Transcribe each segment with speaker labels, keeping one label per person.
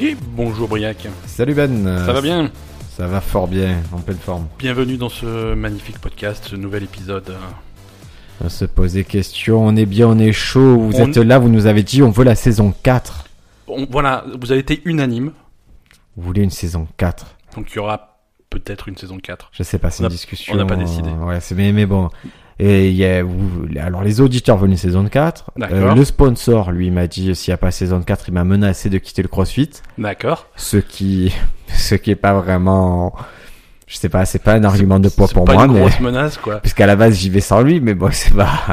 Speaker 1: Et bonjour Briac.
Speaker 2: Salut Ben.
Speaker 1: Ça va bien
Speaker 2: Ça va fort bien, en pleine forme.
Speaker 1: Bienvenue dans ce magnifique podcast, ce nouvel épisode.
Speaker 2: On se pose des questions, on est bien, on est chaud, vous
Speaker 1: On-
Speaker 2: êtes là, vous nous avez dit on veut la saison 4.
Speaker 1: On- voilà, vous avez été unanime,
Speaker 2: Vous voulez une saison 4
Speaker 1: donc il y aura peut-être une saison 4.
Speaker 2: Je sais pas, c'est
Speaker 1: On
Speaker 2: une
Speaker 1: n'a-
Speaker 2: discussion.
Speaker 1: on n'a pas décidé.
Speaker 2: euh, ouais, c'est- mais, mais bon. Et il y a, vous- alors les auditeurs veulent une saison 4.
Speaker 1: D'accord.
Speaker 2: le sponsor, lui, m'a dit s'il n'y a pas saison 4, il m'a menacé de quitter le CrossFit.
Speaker 1: D'accord.
Speaker 2: Ce qui, ce qui est pas vraiment, je sais pas, c'est pas un argument de poids
Speaker 1: C'est
Speaker 2: pour
Speaker 1: pas
Speaker 2: moi,
Speaker 1: une
Speaker 2: mais.
Speaker 1: grosse menace, quoi.
Speaker 2: Puisqu'à la base, j'y vais sans lui, mais bon, c'est pas.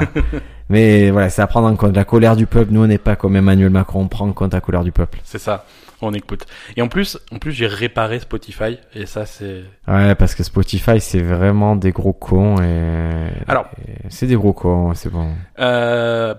Speaker 2: mais voilà, c'est à prendre en compte. La colère du peuple, nous, on n'est pas comme Emmanuel Macron, on prend en compte la colère du peuple.
Speaker 1: C'est ça, on écoute. Et en plus, en plus j'ai réparé Spotify, et ça c'est...
Speaker 2: Ouais, parce que Spotify, c'est vraiment des gros cons et.
Speaker 1: Alors.
Speaker 2: et C'est des gros cons, c'est bon.
Speaker 1: Euh,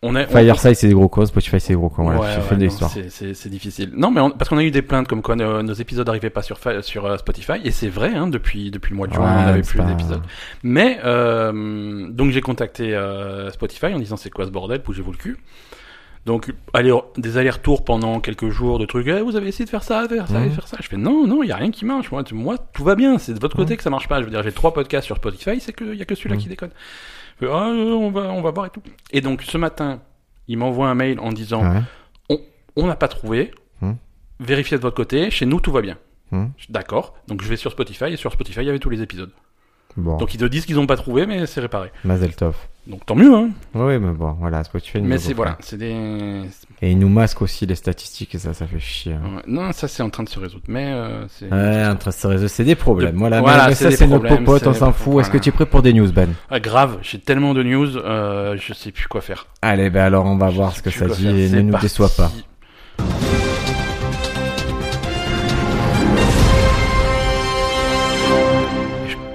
Speaker 1: on est... on-
Speaker 2: Fireside, c'est des gros cons, Spotify, c'est des gros cons. Voilà,
Speaker 1: Ouais,
Speaker 2: j'ai
Speaker 1: ouais,
Speaker 2: fait de
Speaker 1: non,
Speaker 2: l'histoire.
Speaker 1: c'est- C'est c'est difficile. Non, mais on- parce qu'on a eu des plaintes comme quoi euh, nos, nos épisodes n'arrivaient pas sur, Fa- sur euh, Spotify, et c'est vrai, hein, depuis, depuis le mois de juin,
Speaker 2: Ouais,
Speaker 1: on n'avait
Speaker 2: c'est
Speaker 1: plus
Speaker 2: pas-
Speaker 1: d'épisodes. Mais, euh, donc j'ai contacté euh, Spotify en disant c'est quoi ce bordel, bougez-vous le cul. Donc, allez, des allers-retours pendant quelques jours de trucs, Eh, vous avez essayé de faire ça, faire ça,
Speaker 2: Mhm.
Speaker 1: faire ça. Je fais non, non, il n'y a rien qui marche. Moi, tu- moi tout va bien, c'est de votre côté
Speaker 2: Mmh.
Speaker 1: que ça marche pas. Je veux dire, j'ai trois podcasts sur Spotify, c'est qu'il n'y a que celui-là
Speaker 2: Mhm.
Speaker 1: qui déconne. Je fais, Ah, on, va, on va voir et tout. Et donc, ce matin, il m'envoie un mail en disant
Speaker 2: Ouais.
Speaker 1: on n'a pas trouvé.
Speaker 2: Hmm.
Speaker 1: Vérifiez de votre côté. Chez nous, tout va bien.
Speaker 2: Hmm.
Speaker 1: Je suis D'accord. Donc je vais sur Spotify et sur Spotify, il y avait tous les épisodes.
Speaker 2: Bon,
Speaker 1: Donc ils te disent qu'ils n'ont pas trouvé, mais c'est réparé.
Speaker 2: Mazel Tov.
Speaker 1: Donc tant mieux. Hein.
Speaker 2: Oui, mais bon, voilà, Spotify. nous
Speaker 1: Mais
Speaker 2: le
Speaker 1: c'est
Speaker 2: reprend.
Speaker 1: voilà, c'est des.
Speaker 2: Et ils nous masquent aussi les statistiques et ça, ça fait chier. hein.
Speaker 1: Ouais. Non, ça c'est en train de se résoudre. Mais euh, c'est.
Speaker 2: Ouais, entre ces réseaux, c'est des problèmes.
Speaker 1: De-
Speaker 2: Voilà,
Speaker 1: voilà,
Speaker 2: mais- mais
Speaker 1: c'est
Speaker 2: ça,
Speaker 1: des
Speaker 2: c'est notre
Speaker 1: problèmes,
Speaker 2: popote,
Speaker 1: c'est-
Speaker 2: on s'en fout. Est-ce que
Speaker 1: voilà.
Speaker 2: tu es prêt pour des news, Ben
Speaker 1: Ah, grave, j'ai tellement de news, euh, je sais plus quoi faire.
Speaker 2: Allez, ben alors on va
Speaker 1: Je
Speaker 2: voir
Speaker 1: sais
Speaker 2: ce que
Speaker 1: plus
Speaker 2: ça
Speaker 1: quoi
Speaker 2: dit
Speaker 1: faire.
Speaker 2: et ne
Speaker 1: C'est
Speaker 2: nous
Speaker 1: parti.
Speaker 2: déçois pas.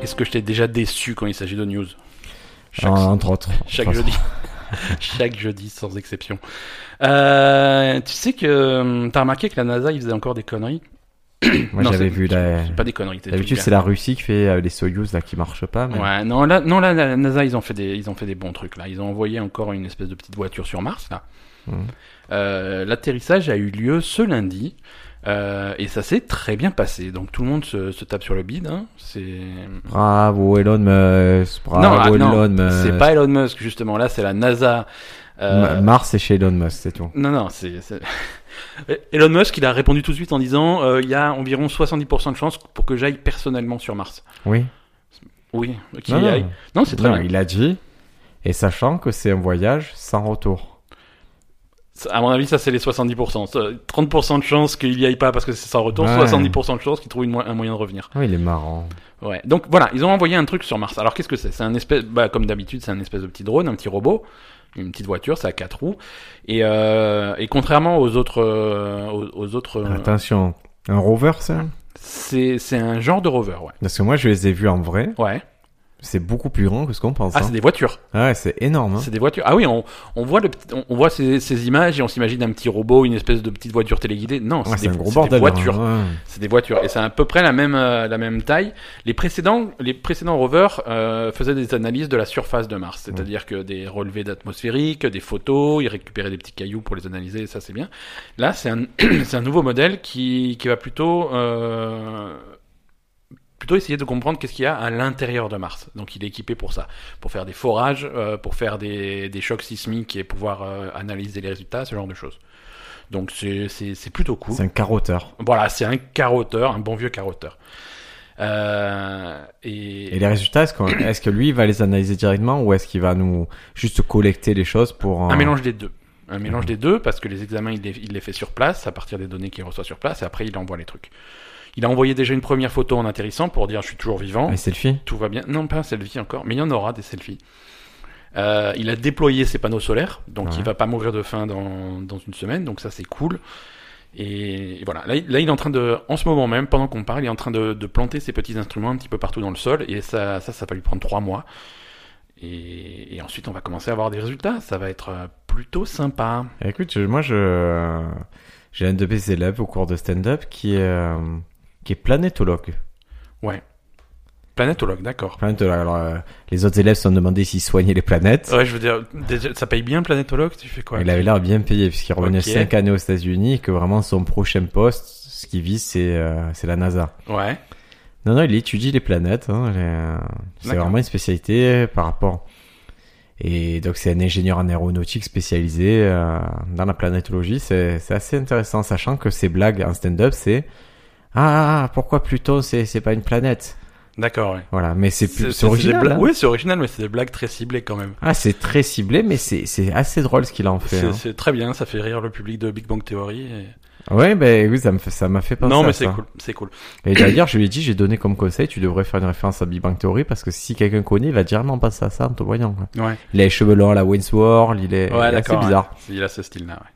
Speaker 1: Est-ce que je t'ai déjà déçu quand il s'agit de news Chaque-
Speaker 2: En- entre autres.
Speaker 1: Chaque
Speaker 2: Enfin,
Speaker 1: jeudi. Chaque jeudi, sans exception. Euh, tu sais que euh, t'as remarqué que la NASA, ils faisaient encore des conneries.
Speaker 2: Moi
Speaker 1: Non,
Speaker 2: j'avais
Speaker 1: c'est-
Speaker 2: vu la.
Speaker 1: C'est pas des conneries. c'est des
Speaker 2: D'habitude
Speaker 1: trucs
Speaker 2: c'est la Russie qui fait euh, les Soyuz là qui marchent pas.
Speaker 1: bien.
Speaker 2: Mais...
Speaker 1: Ouais, non, là, non, là, la NASA, ils ont fait des, ils ont fait des bons trucs là. Ils ont envoyé encore une espèce de petite voiture sur Mars là.
Speaker 2: Mhm.
Speaker 1: Euh, L'atterrissage a eu lieu ce lundi euh, et ça s'est très bien passé. Donc tout le monde se, se tape sur le bide. hein. C'est
Speaker 2: Bravo Elon Musk.
Speaker 1: ah,
Speaker 2: Bravo
Speaker 1: non,
Speaker 2: Elon Musk.
Speaker 1: c'est pas Elon Musk justement. Là, c'est la NASA. euh,
Speaker 2: Euh, Ma- Mars c'est chez Elon Musk c'est tout.
Speaker 1: Non, non, c'est. c'est- Elon Musk, il a répondu tout de suite en disant euh, il y a environ 70% de chances pour que j'aille personnellement sur Mars.
Speaker 2: Oui.
Speaker 1: Oui, qu'il
Speaker 2: Non,
Speaker 1: y
Speaker 2: non.
Speaker 1: aille. Non, c'est très
Speaker 2: Ah. Non,
Speaker 1: bien.
Speaker 2: il a dit et sachant que c'est un voyage sans retour.
Speaker 1: Ça, À mon avis, ça, c'est les 70%. Ça, 30% de chances qu'il y aille pas parce que c'est sans retour,
Speaker 2: Ouais.
Speaker 1: 70% de chances qu'il trouve une mo- un moyen de revenir.
Speaker 2: Oh, il est marrant.
Speaker 1: Ouais. Donc voilà, ils ont envoyé un truc sur Mars. Alors qu'est-ce que c'est C'est un espèce. Bah, comme d'habitude, c'est un espèce de petit drone, un petit robot. Une petite voiture, ça a quatre roues. Et, euh, et contrairement aux autres, euh, aux, aux autres, euh,
Speaker 2: Attention. Un rover ça
Speaker 1: c'est c'est un genre de rover, ouais.
Speaker 2: Parce que moi je les ai vus en vrai.
Speaker 1: Ouais.
Speaker 2: C'est beaucoup plus grand que ce qu'on pense.
Speaker 1: Ah,
Speaker 2: hein.
Speaker 1: c'est des voitures.
Speaker 2: Ah, ouais, c'est énorme. hein.
Speaker 1: C'est des voitures. Ah oui, on, on voit, le, petit- on, on voit ces, ces images et on s'imagine un petit robot, une espèce de petite voiture téléguidée. Non,
Speaker 2: Ouais,
Speaker 1: c'est
Speaker 2: Ah, c'est
Speaker 1: des,
Speaker 2: un gros
Speaker 1: c'est
Speaker 2: bordel.
Speaker 1: des voitures.
Speaker 2: hein, ouais.
Speaker 1: C'est des voitures. Et c'est à peu près la même, euh, la même taille. Les précédents, les précédents rovers euh, faisaient des analyses de la surface de Mars. C'est-à-dire que des relevés d'atmosphérique, des photos, ils récupéraient des petits cailloux pour les analyser, ça c'est bien. Là, c'est un, c'est un nouveau modèle qui, qui va plutôt... euh, plutôt essayer de comprendre qu'est-ce qu'il y a à l'intérieur de Mars. Donc il est équipé pour ça, pour faire des forages, euh, pour faire des, des chocs sismiques et pouvoir euh, analyser les résultats, ce genre de choses. Donc c'est- c'est c'est plutôt cool.
Speaker 2: C'est un carotteur.
Speaker 1: Voilà, c'est un carotteur, un bon vieux carotteur. Euh, et,
Speaker 2: Et les résultats, est-ce, qu'on- est-ce que lui il va les analyser directement ou est-ce qu'il va nous juste collecter les choses pour euh,
Speaker 1: un mélange des deux. Un mélange des deux, parce que les examens, il les, il les fait sur place, à partir des données qu'il reçoit sur place, et après, il envoie les trucs. Il a envoyé déjà une première photo en atterrissant pour dire je suis toujours vivant,
Speaker 2: les selfies
Speaker 1: tout va bien. Non, pas un selfie encore, mais il y en aura des selfies. Euh, il a déployé ses panneaux solaires, donc
Speaker 2: Ouais.
Speaker 1: il va pas mourir de faim dans, dans une semaine, donc ça c'est cool. Et, et voilà, là, il- là, il est en train de, en ce moment même, pendant qu'on parle, il est en train de, de planter ses petits instruments un petit peu partout dans le sol, et ça, ça, ça va lui prendre trois mois. Et, et ensuite, on va commencer à avoir des résultats, ça va être euh, plutôt sympa.
Speaker 2: Écoute, je- moi je j'ai un de mes élèves au cours de stand-up qui est euh, qui est planétologue.
Speaker 1: Ouais. Planétologue, d'accord.
Speaker 2: Planétologue. Alors, euh, les autres élèves se sont demandé s'ils soignaient les planètes.
Speaker 1: Ouais, je veux dire, déjà, ça paye bien planétologue, tu fais quoi
Speaker 2: Il avait l'air bien payé puisqu'il revenait
Speaker 1: Ok.
Speaker 2: 5 années aux États-Unis et que vraiment son prochain poste, ce qu'il vise, c'est euh, c'est la NASA.
Speaker 1: Ouais.
Speaker 2: Non, non, il étudie les planètes. hein, les- C'est
Speaker 1: D'accord.
Speaker 2: vraiment une spécialité euh, par rapport. Et donc c'est un ingénieur en aéronautique spécialisé euh, dans la planétologie. C'est c'est assez intéressant, sachant que ses blagues en stand-up, c'est ah pourquoi Pluton c'est c'est pas une planète.
Speaker 1: D'accord, ouais.
Speaker 2: Voilà, mais c'est plus- c'est
Speaker 1: des
Speaker 2: original.
Speaker 1: blagues-
Speaker 2: hein.
Speaker 1: Oui, c'est original, mais c'est des blagues très ciblées quand même.
Speaker 2: Ah, c'est très ciblé, mais c'est c'est assez drôle ce qu'il en fait.
Speaker 1: C'est
Speaker 2: hein.
Speaker 1: c'est très bien, ça fait rire le public de Big Bang Theory. et-
Speaker 2: Ouais, ben oui, ça me fait- ça m'a fait penser.
Speaker 1: Non,
Speaker 2: à
Speaker 1: mais c'est
Speaker 2: ça.
Speaker 1: cool, c'est cool.
Speaker 2: Et d'ailleurs, je lui ai dit, j'ai donné comme conseil, tu devrais faire une référence à Big Bang Theory parce que si quelqu'un connaît, il va dire non, pas ça, ça, en te voyant. quoi.
Speaker 1: Ouais,
Speaker 2: Il a les cheveux longs, la Wainsworth, il est, il est assez
Speaker 1: d'accord,
Speaker 2: bizarre.
Speaker 1: ouais. Il a ce style-là, ouais.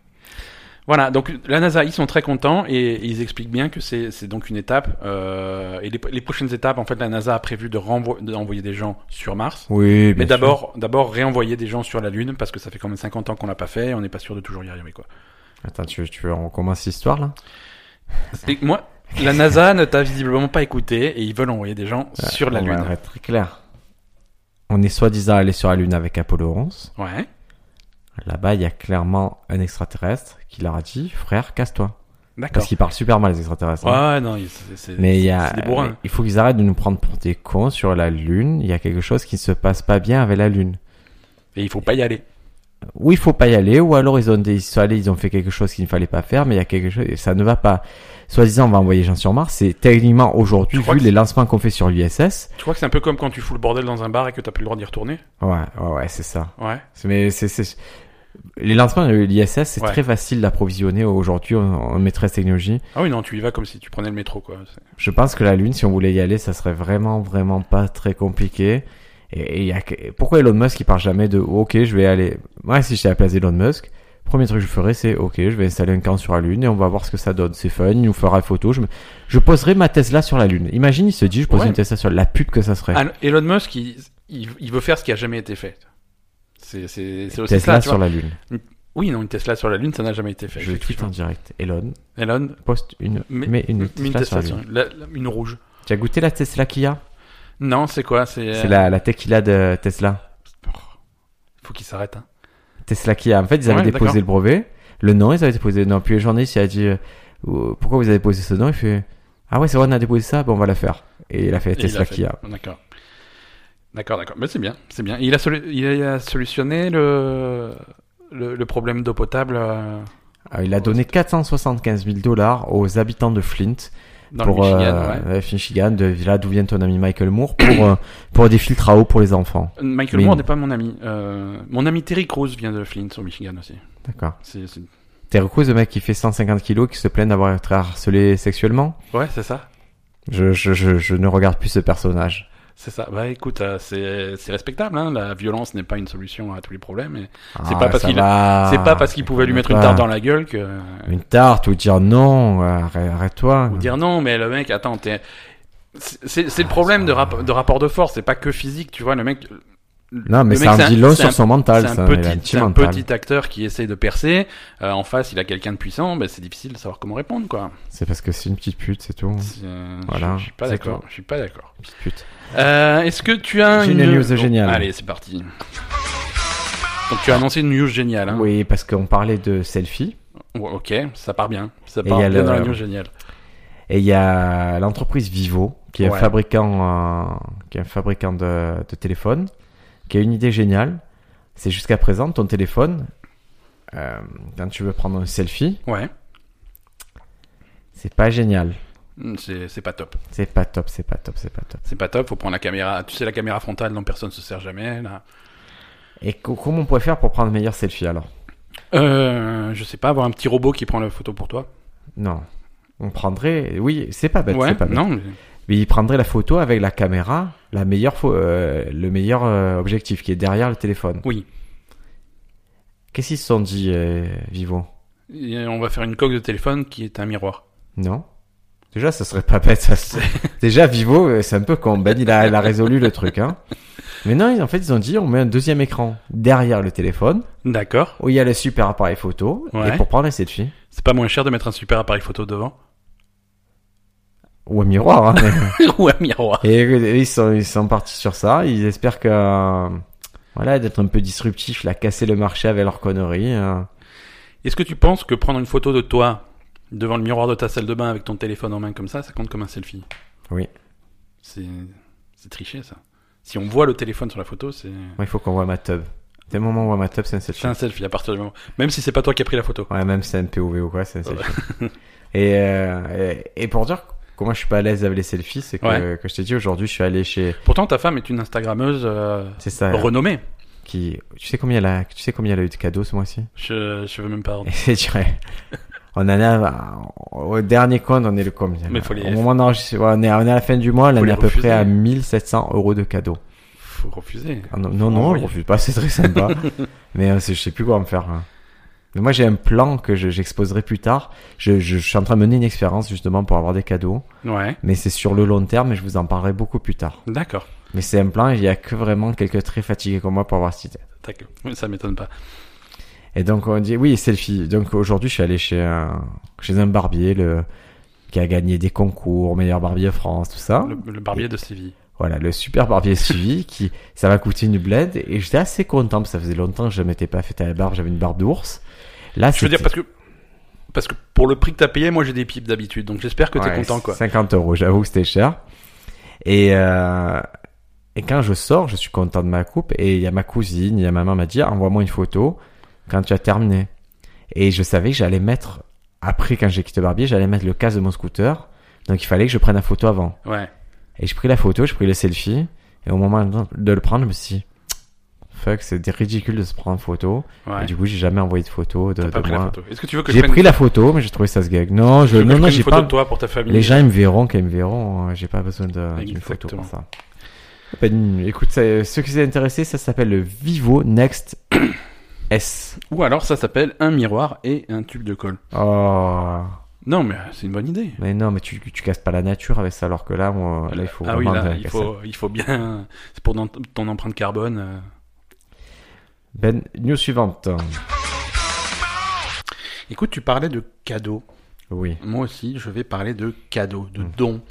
Speaker 1: Voilà, donc la NASA, ils sont très contents et ils expliquent bien que c'est c'est donc une étape. euh, et les, les prochaines étapes, en fait, la NASA a prévu de renvo- d'envoyer des gens sur Mars.
Speaker 2: Oui, bien
Speaker 1: Mais
Speaker 2: sûr.
Speaker 1: d'abord, d'abord réenvoyer des gens sur la Lune parce que ça fait quand même 50 ans qu'on l'a pas fait et on n'est pas sûr de toujours y arriver quoi.
Speaker 2: Attends, tu, tu veux, on commence l'histoire là
Speaker 1: Et moi, la NASA ne t'a visiblement pas écouté et ils veulent envoyer des gens sur la
Speaker 2: On va
Speaker 1: Lune.
Speaker 2: être très clair. On est soi-disant allé sur la Lune avec Apollo 11.
Speaker 1: Ouais.
Speaker 2: Là-bas, il y a clairement un extraterrestre qui leur a dit, frère, casse-toi.
Speaker 1: D'accord.
Speaker 2: Parce qu'ils parlent super mal, les extraterrestres. hein.
Speaker 1: Ouais, non, il- c'est- c'est
Speaker 2: Mais il y
Speaker 1: c'est
Speaker 2: a,
Speaker 1: des bourrins.
Speaker 2: mais il faut qu'ils arrêtent de nous prendre pour des cons sur la Lune. Il y a quelque chose qui ne se passe pas bien avec la Lune.
Speaker 1: et il faut pas y aller.
Speaker 2: Ou il faut pas y aller, ou alors ils ont des, ils sont allés, ils ont fait quelque chose qu'il ne fallait pas faire, mais il y a quelque chose, et ça ne va pas. Soi-disant, on va envoyer les gens sur Mars. C'est techniquement aujourd'hui,
Speaker 1: Tu crois
Speaker 2: vu
Speaker 1: que
Speaker 2: les lancements qu'on fait sur l'USS.
Speaker 1: Tu crois que c'est un peu comme quand tu fous le bordel dans un bar et que t'as plus le droit d'y retourner
Speaker 2: Ouais, ouais, ouais, c'est ça.
Speaker 1: Ouais.
Speaker 2: C'est- Mais c'est, c'est, les lancements euh, de l'ISS, c'est
Speaker 1: Ouais.
Speaker 2: très facile d'approvisionner aujourd'hui en, en maîtresse technologie.
Speaker 1: Ah oui, non, tu y vas comme si tu prenais le métro quoi. C'est-
Speaker 2: Je pense que la Lune, si on voulait y aller, ça serait vraiment, vraiment pas très compliqué. Et, et il y a que- pourquoi Elon Musk il parle jamais de oh, OK, je vais aller. Moi, si j'étais à la place d'Elon Musk, premier truc que je ferais, c'est OK, je vais installer un camp sur la Lune et on va voir ce que ça donne. C'est fun, il nous fera une photo. Je, me- je poserai ma Tesla sur la Lune. Imagine, il se dit, je pose
Speaker 1: Ouais.
Speaker 2: une Tesla sur la pute que ça serait.
Speaker 1: Ah, Elon Musk, il, il, il veut faire ce qui a jamais été fait. C'est c'est- c'est aussi
Speaker 2: Tesla
Speaker 1: ça. tu
Speaker 2: sur
Speaker 1: vois.
Speaker 2: la Lune.
Speaker 1: Oui, non, une Tesla sur la Lune, ça n'a jamais été fait.
Speaker 2: Je tweet en
Speaker 1: effectivement.
Speaker 2: direct. Elon
Speaker 1: Elon,
Speaker 2: poste une,
Speaker 1: Mais-
Speaker 2: mais une,
Speaker 1: une
Speaker 2: Tesla sur
Speaker 1: Tesla
Speaker 2: la
Speaker 1: sur
Speaker 2: Lune.
Speaker 1: la- la- une rouge.
Speaker 2: Tu as goûté la Tesla qu'il y a
Speaker 1: Non, c'est quoi C'est euh,
Speaker 2: C'est la, la tequila de Tesla.
Speaker 1: Faut qu'il s'arrête. Hein.
Speaker 2: Tesla Kia. En fait, ils avaient
Speaker 1: Ouais, d'accord.
Speaker 2: déposé le brevet, le nom, ils avaient déposé le nom. Puis le journaliste, il a dit euh, Euh, Pourquoi vous avez déposé ce nom Il fait Ah ouais, c'est vrai, on a déposé ça, bon, on va la faire. Et il a fait
Speaker 1: Et il
Speaker 2: Tesla
Speaker 1: a fait.
Speaker 2: Kia.
Speaker 1: D'accord. D'accord, d'accord. Mais c'est bien, c'est bien. Il a, solu- il a solutionné le, le, le problème d'eau potable euh,
Speaker 2: Euh, il a donné 475 000 dollars aux habitants de Flint,
Speaker 1: dans
Speaker 2: pour
Speaker 1: le Michigan.
Speaker 2: euh,
Speaker 1: ouais.
Speaker 2: ouais, Michigan, de là d'où vient ton ami Michael Moore, pour, euh, pour des filtres à eau pour les enfants.
Speaker 1: Michael
Speaker 2: mais-
Speaker 1: Moore n'est pas mon ami. Euh, mon ami Terry Crews vient de Flint, au Michigan aussi.
Speaker 2: D'accord.
Speaker 1: C'est- c'est-
Speaker 2: T'es recruz, le mec qui fait 150 kilos, qui se plaint d'avoir été harcelé sexuellement
Speaker 1: Ouais, c'est ça.
Speaker 2: je, je, je, je ne regarde plus ce personnage.
Speaker 1: C'est ça. Bah écoute, euh, c'est c'est respectable. Hein. La violence n'est pas une solution à tous les problèmes. et C'est
Speaker 2: Ah,
Speaker 1: pas parce qu'il c'est pas parce qu'il pouvait lui mettre une tarte dans la gueule que.
Speaker 2: une tarte ou dire non, arrête- arrête-toi.
Speaker 1: Ou dire non, mais le mec, attends, t'es. C'est c'est- c'est le problème de, rap- de rapport de force, c'est pas que physique, tu vois, le mec.
Speaker 2: Non, mais
Speaker 1: le
Speaker 2: ça
Speaker 1: mec,
Speaker 2: en
Speaker 1: c'est
Speaker 2: dit
Speaker 1: un-
Speaker 2: long
Speaker 1: c'est
Speaker 2: sur
Speaker 1: un-
Speaker 2: son mental,
Speaker 1: C'est
Speaker 2: ça.
Speaker 1: un,
Speaker 2: il a un
Speaker 1: petit,
Speaker 2: petit
Speaker 1: c'est un
Speaker 2: mental.
Speaker 1: petit acteur qui essaie de percer. Euh, en face, il a quelqu'un de puissant. Ben, c'est difficile de savoir comment répondre, quoi.
Speaker 2: C'est parce que c'est une petite pute, c'est tout.
Speaker 1: C'est- euh,
Speaker 2: Voilà,
Speaker 1: Je je suis pas
Speaker 2: c'est
Speaker 1: d'accord.
Speaker 2: tout.
Speaker 1: Je suis pas d'accord.
Speaker 2: Petite pute.
Speaker 1: Euh, Est-ce que tu as
Speaker 2: J'ai
Speaker 1: une,
Speaker 2: une news géniale.
Speaker 1: allez, c'est parti. Donc tu as annoncé une news géniale. Hein.
Speaker 2: Oui, parce qu'on parlait de selfie.
Speaker 1: Ouais, Ok, ça part bien. Ça
Speaker 2: Et
Speaker 1: part
Speaker 2: il y a
Speaker 1: bien
Speaker 2: le-
Speaker 1: dans la news géniale.
Speaker 2: Et il y a l'entreprise Vivo, qui est
Speaker 1: Ouais.
Speaker 2: un fabricant, euh, qui est un fabricant de, de téléphones, qui a une idée géniale. C'est jusqu'à présent, ton téléphone, euh, quand tu veux prendre un selfie,
Speaker 1: Ouais.
Speaker 2: c'est pas génial.
Speaker 1: Mm, C'est c'est pas top.
Speaker 2: C'est pas top, c'est pas top, c'est pas top.
Speaker 1: C'est pas top. Faut prendre la caméra. Tu sais la caméra frontale dont personne se sert jamais. Là.
Speaker 2: Et co- comment on pourrait faire pour prendre un meilleur selfie alors
Speaker 1: Euh, je sais pas. Avoir un petit robot qui prend la photo pour toi.
Speaker 2: Non. On prendrait, oui, c'est pas bête,
Speaker 1: ouais.
Speaker 2: c'est Bah, pas bête.
Speaker 1: non. mais-
Speaker 2: Mais il prendrait la photo avec la caméra, la meilleure, pho- euh, le meilleur euh, objectif qui est derrière le téléphone.
Speaker 1: Oui.
Speaker 2: Qu'est-ce qu'ils se sont dit, euh, Vivo
Speaker 1: Et on va faire une coque de téléphone qui est un miroir.
Speaker 2: Non Déjà, ça serait pas bête. Ça, c'est- Déjà, Vivo, euh, c'est un peu con. Ben, il a, il a résolu le truc. Hein. Mais non, ils- en fait, ils ont dit, on met un deuxième écran derrière le téléphone,
Speaker 1: D'accord.
Speaker 2: où il y a le super appareil photo,
Speaker 1: Ouais.
Speaker 2: et pour prendre les selfies.
Speaker 1: C'est pas moins cher de mettre un super appareil photo devant.
Speaker 2: ou un miroir. hein, mais-
Speaker 1: ou un miroir.
Speaker 2: Et, euh, ils, sont, ils sont partis sur ça. Ils espèrent que, euh, voilà, d'être un peu disruptif, là, casser le marché avec leurs conneries. euh.
Speaker 1: Est-ce que tu penses que prendre une photo de toi devant le miroir de ta salle de bain avec ton téléphone en main comme ça, ça compte comme un selfie
Speaker 2: Oui.
Speaker 1: C'est c'est triché ça. Si on voit le téléphone sur la photo, c'est
Speaker 2: Moi, il faut qu'on voit ma tub. Dès le moment où on voit ma tub, c'est un selfie.
Speaker 1: c'est un selfie à partir du moment. Même si c'est pas toi qui as pris la photo.
Speaker 2: Ouais, même si c'est un POV ou quoi, c'est un selfie. et, euh, et, et pour dire comment je suis pas à l'aise avec les selfies, c'est que,
Speaker 1: Ouais.
Speaker 2: que je t'ai dit aujourd'hui, je suis allé chez.
Speaker 1: Pourtant, ta femme est une Instagrammeuse euh,
Speaker 2: C'est ça.
Speaker 1: renommée.
Speaker 2: Qui, tu sais combien elle a, tu sais combien elle a eu de cadeaux ce mois-ci
Speaker 1: Je, je veux même pas.
Speaker 2: Et c'est vrai. On en a au dernier compte, on est le combien
Speaker 1: Mais faut les-
Speaker 2: Au moment d'enregistrer, ouais, on est, on est à la fin du mois, là,
Speaker 1: Faut
Speaker 2: on est
Speaker 1: les
Speaker 2: à peu
Speaker 1: refuser.
Speaker 2: près à 1700 euros de cadeaux.
Speaker 1: Faut refuser.
Speaker 2: Ah non, non, non,
Speaker 1: envoyer.
Speaker 2: je refuse pas, c'est très sympa. mais euh, c'est- je sais plus quoi en faire. hein. Mais moi, j'ai un plan que je- j'exposerai plus tard. Je, je- je suis en train de mener une expérience justement pour avoir des cadeaux.
Speaker 1: Ouais.
Speaker 2: Mais c'est sur le long terme et je vous en parlerai beaucoup plus tard.
Speaker 1: D'accord.
Speaker 2: Mais c'est un plan, il y a que vraiment quelques très fatigués comme moi pour avoir cette idée.
Speaker 1: Tac. Ça m'étonne pas.
Speaker 2: Et donc on dit oui selfie. Donc aujourd'hui je suis allé chez un chez un barbier le qui a gagné des concours meilleur barbier France tout ça.
Speaker 1: Le, le barbier de Séville.
Speaker 2: Voilà le super barbier suivi qui ça va coûter une bled et j'étais assez content parce que ça faisait longtemps que je m'étais pas fait à la barbe j'avais une barbe d'ours. Là
Speaker 1: Je veux dire
Speaker 2: c'était-
Speaker 1: parce que parce que pour le prix que t'as payé, moi j'ai des pipes d'habitude, donc j'espère que t'es
Speaker 2: Ouais,
Speaker 1: content quoi.
Speaker 2: 50 euros j'avoue que c'était cher et euh, et quand je sors je suis content de ma coupe et il y a ma cousine il y a ma maman m'a dit envoie-moi une photo quand tu as terminé. Et je savais que j'allais mettre, après quand j'ai quitté le barbier, j'allais mettre le casque de mon scooter. Donc il fallait que je prenne la photo avant.
Speaker 1: Ouais.
Speaker 2: Et j'ai pris la photo, j'ai pris le selfie. Et au moment de le prendre, je me suis dit, fuck, c'est ridicule de se prendre en photo.
Speaker 1: Ouais.
Speaker 2: Et du coup, j'ai jamais envoyé de photo de,
Speaker 1: T'as pas
Speaker 2: de
Speaker 1: pris la
Speaker 2: moi.
Speaker 1: photo. Est-ce que tu veux que je
Speaker 2: J'ai
Speaker 1: prenne,
Speaker 2: pris la photo, mais j'ai trouvé ça ce gag. Non,
Speaker 1: tu
Speaker 2: je,
Speaker 1: veux que je
Speaker 2: non, non,
Speaker 1: prenne une
Speaker 2: j'ai
Speaker 1: photo
Speaker 2: pas.
Speaker 1: de toi pour ta famille
Speaker 2: Les gens, ils me verront quand ils me verront. euh, J'ai pas besoin de- d'une photo
Speaker 1: Exactement.
Speaker 2: pour ça. Ben, écoute, ça- ceux qui sont intéressés, ça s'appelle le Vivo Next S.
Speaker 1: Ou alors ça s'appelle un miroir et un tube de colle.
Speaker 2: Oh.
Speaker 1: Non mais c'est une bonne idée.
Speaker 2: Mais non, mais tu, tu casses pas la nature avec ça, alors que là, moi, là, il faut
Speaker 1: ah oui,
Speaker 2: vraiment de
Speaker 1: là,
Speaker 2: la
Speaker 1: il
Speaker 2: casser.
Speaker 1: faut, il faut bien. C'est pour dans- ton empreinte carbone. euh.
Speaker 2: Ben, news suivante.
Speaker 1: Écoute, tu parlais de cadeaux.
Speaker 2: Oui.
Speaker 1: Moi aussi, je vais parler de cadeaux,
Speaker 2: Hmm.
Speaker 1: de dons.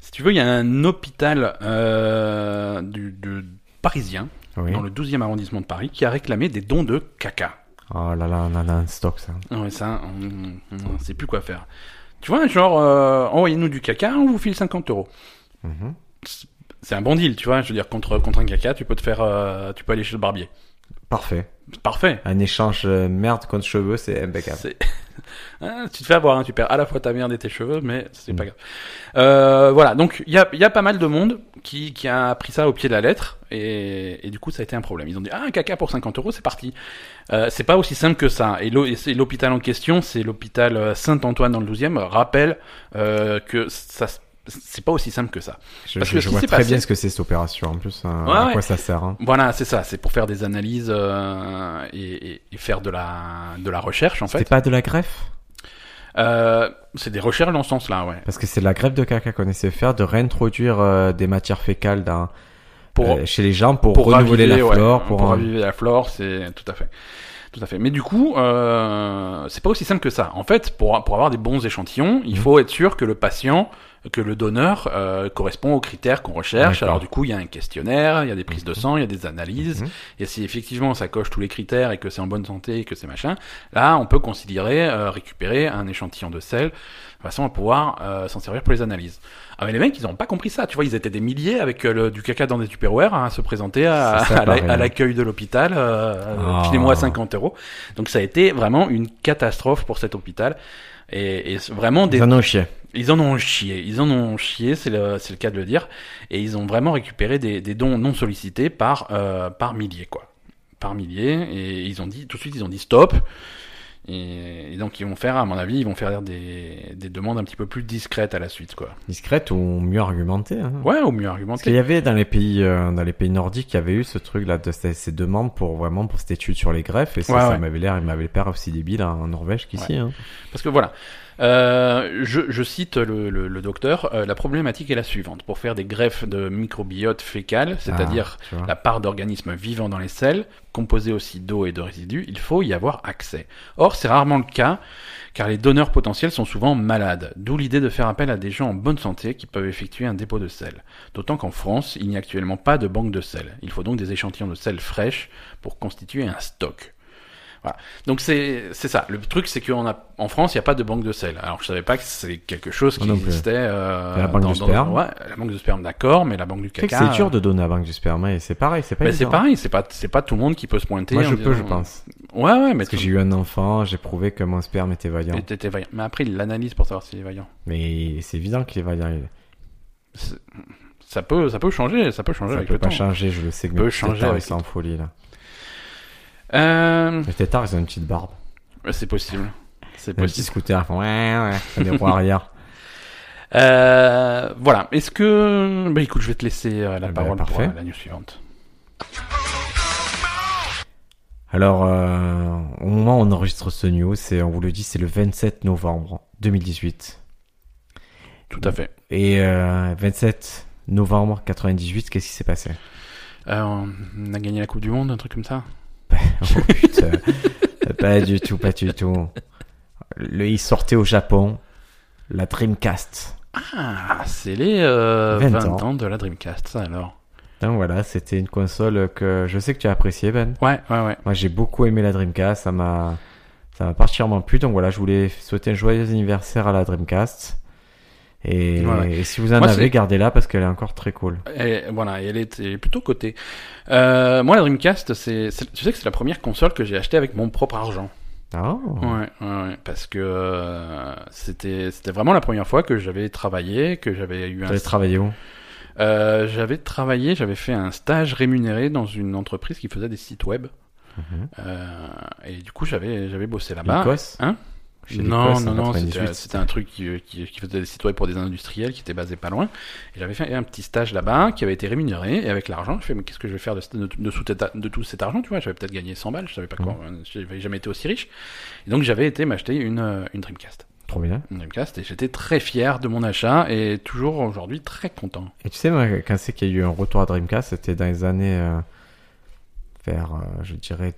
Speaker 1: Si tu veux, il y a un hôpital euh, du, de- parisien,
Speaker 2: Oui.
Speaker 1: dans le 12e arrondissement de Paris, qui a réclamé des dons de caca.
Speaker 2: Oh là là, on en a un stock, ça.
Speaker 1: Non, mais ça, on- on ne sait plus quoi faire. Tu vois, genre, euh, envoyez-nous du caca, on vous file 50 euros.
Speaker 2: Mhm.
Speaker 1: C'est un bon deal, tu vois. Je veux dire, contre, contre un caca, tu peux te faire, euh, tu peux aller chez le barbier.
Speaker 2: Parfait.
Speaker 1: C'est Parfait.
Speaker 2: Un échange euh, merde contre cheveux, c'est impeccable.
Speaker 1: C'est- Hein, tu te fais avoir, hein, tu perds à la fois ta merde et tes cheveux, mais c'est pas grave. Euh, voilà, donc il y a, il y a pas mal de monde qui, qui a pris ça au pied de la lettre, et, et du coup ça a été un problème. Ils ont dit, ah, un caca pour 50 euros, c'est parti. Euh, c'est pas aussi simple que ça. Et l'hô- et c'est- l'hôpital en question, c'est l'hôpital euh, Saint-Antoine dans le 12e, rappelle euh, que ça s- c'est pas aussi simple que ça.
Speaker 2: Je,
Speaker 1: parce
Speaker 2: je-
Speaker 1: que
Speaker 2: je
Speaker 1: si
Speaker 2: vois
Speaker 1: c'est
Speaker 2: très
Speaker 1: passé-
Speaker 2: bien ce que c'est cette opération, en plus. hein,
Speaker 1: Ouais,
Speaker 2: à
Speaker 1: ouais.
Speaker 2: quoi ça sert hein.
Speaker 1: Voilà, c'est ça, c'est pour faire des analyses euh, et, et- et faire de la, de la recherche en
Speaker 2: C'est
Speaker 1: fait.
Speaker 2: pas de la greffe
Speaker 1: Euh, c'est des recherches dans ce sens-là, ouais.
Speaker 2: Parce que c'est de la greffe de caca qu'on essaie de faire, de réintroduire euh, des matières fécales dans,
Speaker 1: Pour,
Speaker 2: euh, chez les gens pour,
Speaker 1: pour
Speaker 2: renouveler
Speaker 1: raviver,
Speaker 2: la
Speaker 1: ouais,
Speaker 2: flore.
Speaker 1: pour,
Speaker 2: pour, euh,
Speaker 1: raviver la flore, c'est tout à fait, tout à fait. Mais du coup, euh, c'est pas aussi simple que ça. En fait, pour pour avoir des bons échantillons, il
Speaker 2: Mhm.
Speaker 1: faut être sûr que le patient, que le donneur euh, correspond aux critères qu'on recherche.
Speaker 2: D'accord.
Speaker 1: Alors du coup, il y a un questionnaire, il y a des prises de sang, il y a des analyses.
Speaker 2: Mhm.
Speaker 1: Et si effectivement ça coche tous les critères et que c'est en bonne santé et que c'est machin, là, on peut considérer euh, récupérer un échantillon de sel de façon à pouvoir euh, s'en servir pour les analyses. Ah mais les mecs, ils n'ont pas compris ça. Tu vois, ils étaient des milliers avec euh, le- du caca dans des Tupperware hein, à se présenter à,
Speaker 2: C'est ça,
Speaker 1: à la-
Speaker 2: pareil.
Speaker 1: à l'accueil de l'hôpital. Euh,
Speaker 2: Ah.
Speaker 1: Filez-moi 50 euros. Donc ça a été vraiment une catastrophe pour cet hôpital. Et, et c'est vraiment des
Speaker 2: Ils en ont chié.
Speaker 1: ils en ont chié, ils en ont chié, c'est le, c'est le cas de le dire, et ils ont vraiment récupéré des, des dons non sollicités par, euh, par milliers, quoi. Par milliers, et ils ont dit, tout de suite, ils ont dit stop, et, et donc ils vont faire, à mon avis, ils vont faire des, des demandes un petit peu plus discrètes à la suite, quoi.
Speaker 2: Discrète ou mieux argumentée. Hein.
Speaker 1: Ouais, au mieux
Speaker 2: Parce qu'il
Speaker 1: argumenter.
Speaker 2: y avait dans les pays euh, dans les pays nordiques, il y avait eu ce truc là de ces, ces demandes pour vraiment pour cette étude sur les greffes et ça,
Speaker 1: Ouais,
Speaker 2: ça
Speaker 1: ouais.
Speaker 2: m'avait l'air, il m'avait l'air aussi débile en Norvège qu'ici. hein.
Speaker 1: Parce que voilà, Euh, je, je cite le, le- le docteur, euh, la problématique est la suivante. Pour faire des greffes de microbiote fécal, c'est-à-dire
Speaker 2: Ah, tu vois.
Speaker 1: la part d'organismes vivants dans les selles, composée aussi d'eau et de résidus, il faut y avoir accès. Or, c'est rarement le cas, car les donneurs potentiels sont souvent malades, d'où l'idée de faire appel à des gens en bonne santé qui peuvent effectuer un dépôt de sel. D'autant qu'en France, il n'y a actuellement pas de banque de sel. Il faut donc des échantillons de sel fraîche pour constituer un stock. Voilà. Donc c'est c'est ça. Le truc, c'est qu'en a- en France, il n'y a pas de banque de sel. Alors je savais pas que c'est quelque chose qui
Speaker 2: Moi non plus.
Speaker 1: existait. euh,
Speaker 2: Il y a la banque
Speaker 1: dans-
Speaker 2: du
Speaker 1: dans-
Speaker 2: sperme.
Speaker 1: ouais, la banque de sperme, d'accord, mais la banque du
Speaker 2: Tu sais que
Speaker 1: caca.
Speaker 2: c'est
Speaker 1: euh,
Speaker 2: dur de donner à la banque du sperme et c'est pareil, c'est pas
Speaker 1: mais Bah, c'est
Speaker 2: évident.
Speaker 1: pareil, c'est pas hein, c'est pas tout le monde qui peut se pointer.
Speaker 2: Moi
Speaker 1: en
Speaker 2: je peux, je
Speaker 1: disant-
Speaker 2: pense.
Speaker 1: Ouais, ouais, mais
Speaker 2: Parce que
Speaker 1: tout-
Speaker 2: j'ai eu un enfant, j'ai prouvé que mon sperme était vaillant.
Speaker 1: et t'étais vaillant. Mais après, il l'analyse pour savoir s'il est vaillant.
Speaker 2: Mais c'est évident qu'il est vaillant.
Speaker 1: C'est- Ça peut ça peut changer, ça peut changer
Speaker 2: Ça
Speaker 1: avec
Speaker 2: peut
Speaker 1: le
Speaker 2: pas
Speaker 1: temps.
Speaker 2: changer, je le sais que
Speaker 1: Peut
Speaker 2: mes
Speaker 1: changer
Speaker 2: tétards ils
Speaker 1: avec
Speaker 2: sont en folie là.
Speaker 1: Euh,
Speaker 2: Les tétards ils ont une petite barbe.
Speaker 1: c'est possible. C'est
Speaker 2: Ils ont Un petit
Speaker 1: possible.
Speaker 2: scooter, ils font ouais, ouais, ils font des roues arrière.
Speaker 1: Euh, voilà. Est-ce que bah écoute, je vais te laisser euh, la
Speaker 2: Eh ben,
Speaker 1: parole pour
Speaker 2: parfait.
Speaker 1: euh, la news suivante.
Speaker 2: Alors, euh, au moment où on enregistre ce news, c'est, on vous le dit, c'est le 27 novembre 2018.
Speaker 1: Tout à fait.
Speaker 2: Et euh, 27 novembre 98, qu'est-ce qui s'est passé
Speaker 1: Euh, on a gagné la Coupe du Monde, un truc comme ça.
Speaker 2: Oh putain, pas du tout, pas du tout. Le, il sortait au Japon, la Dreamcast.
Speaker 1: Ah, c'est les euh,
Speaker 2: 20
Speaker 1: 20,
Speaker 2: ans.
Speaker 1: ans. de la Dreamcast, ça alors.
Speaker 2: Donc voilà, c'était une console que je sais que tu as appréciée, Ben.
Speaker 1: Ouais, ouais, ouais.
Speaker 2: Moi, j'ai beaucoup aimé la Dreamcast. Ça m'a, ça m'a particulièrement plu. Donc voilà, je voulais souhaiter un joyeux anniversaire à la Dreamcast. Et,
Speaker 1: Ouais, ouais.
Speaker 2: et si vous en
Speaker 1: Moi,
Speaker 2: avez,
Speaker 1: c'est-
Speaker 2: gardez-la parce qu'elle est encore très cool.
Speaker 1: Et voilà, et elle était plutôt cotée. Euh, moi, la Dreamcast, c'est, c'est- tu sais que c'est la première console que j'ai achetée avec mon propre argent.
Speaker 2: Ah,
Speaker 1: Ouais, ouais, ouais, parce que euh, c'était, c'était vraiment la première fois que j'avais travaillé, que j'avais eu un.
Speaker 2: T'allais travailler où
Speaker 1: Euh, j'avais travaillé, j'avais fait un stage rémunéré dans une entreprise qui faisait des sites web.
Speaker 2: Mhm.
Speaker 1: Euh, et du coup, j'avais, j'avais bossé là-bas.
Speaker 2: L'Écosse
Speaker 1: hein
Speaker 2: Chez
Speaker 1: Non,
Speaker 2: l'Écosse, en
Speaker 1: non, non,
Speaker 2: 98.
Speaker 1: c'était c'était un truc qui, euh, qui, qui faisait des sites web pour des industriels qui étaient basés pas loin. Et j'avais fait un petit stage là-bas qui avait été rémunéré. Et avec l'argent, je fais, mais qu'est-ce que je vais faire de, de, de sous- de tout cet argent, tu vois J'avais peut-être gagné 100 balles, je savais
Speaker 2: Mmh.
Speaker 1: pas quoi, hein, j'avais jamais été aussi riche. Et donc j'avais été m'acheter une, euh, une Dreamcast.
Speaker 2: Trop bien.
Speaker 1: Une Dreamcast, et j'étais très fier de mon achat et toujours aujourd'hui très content.
Speaker 2: Et tu sais, moi, quand c'est qu'il y a eu un retour à Dreamcast, c'était dans les années euh, vers, euh, je dirais,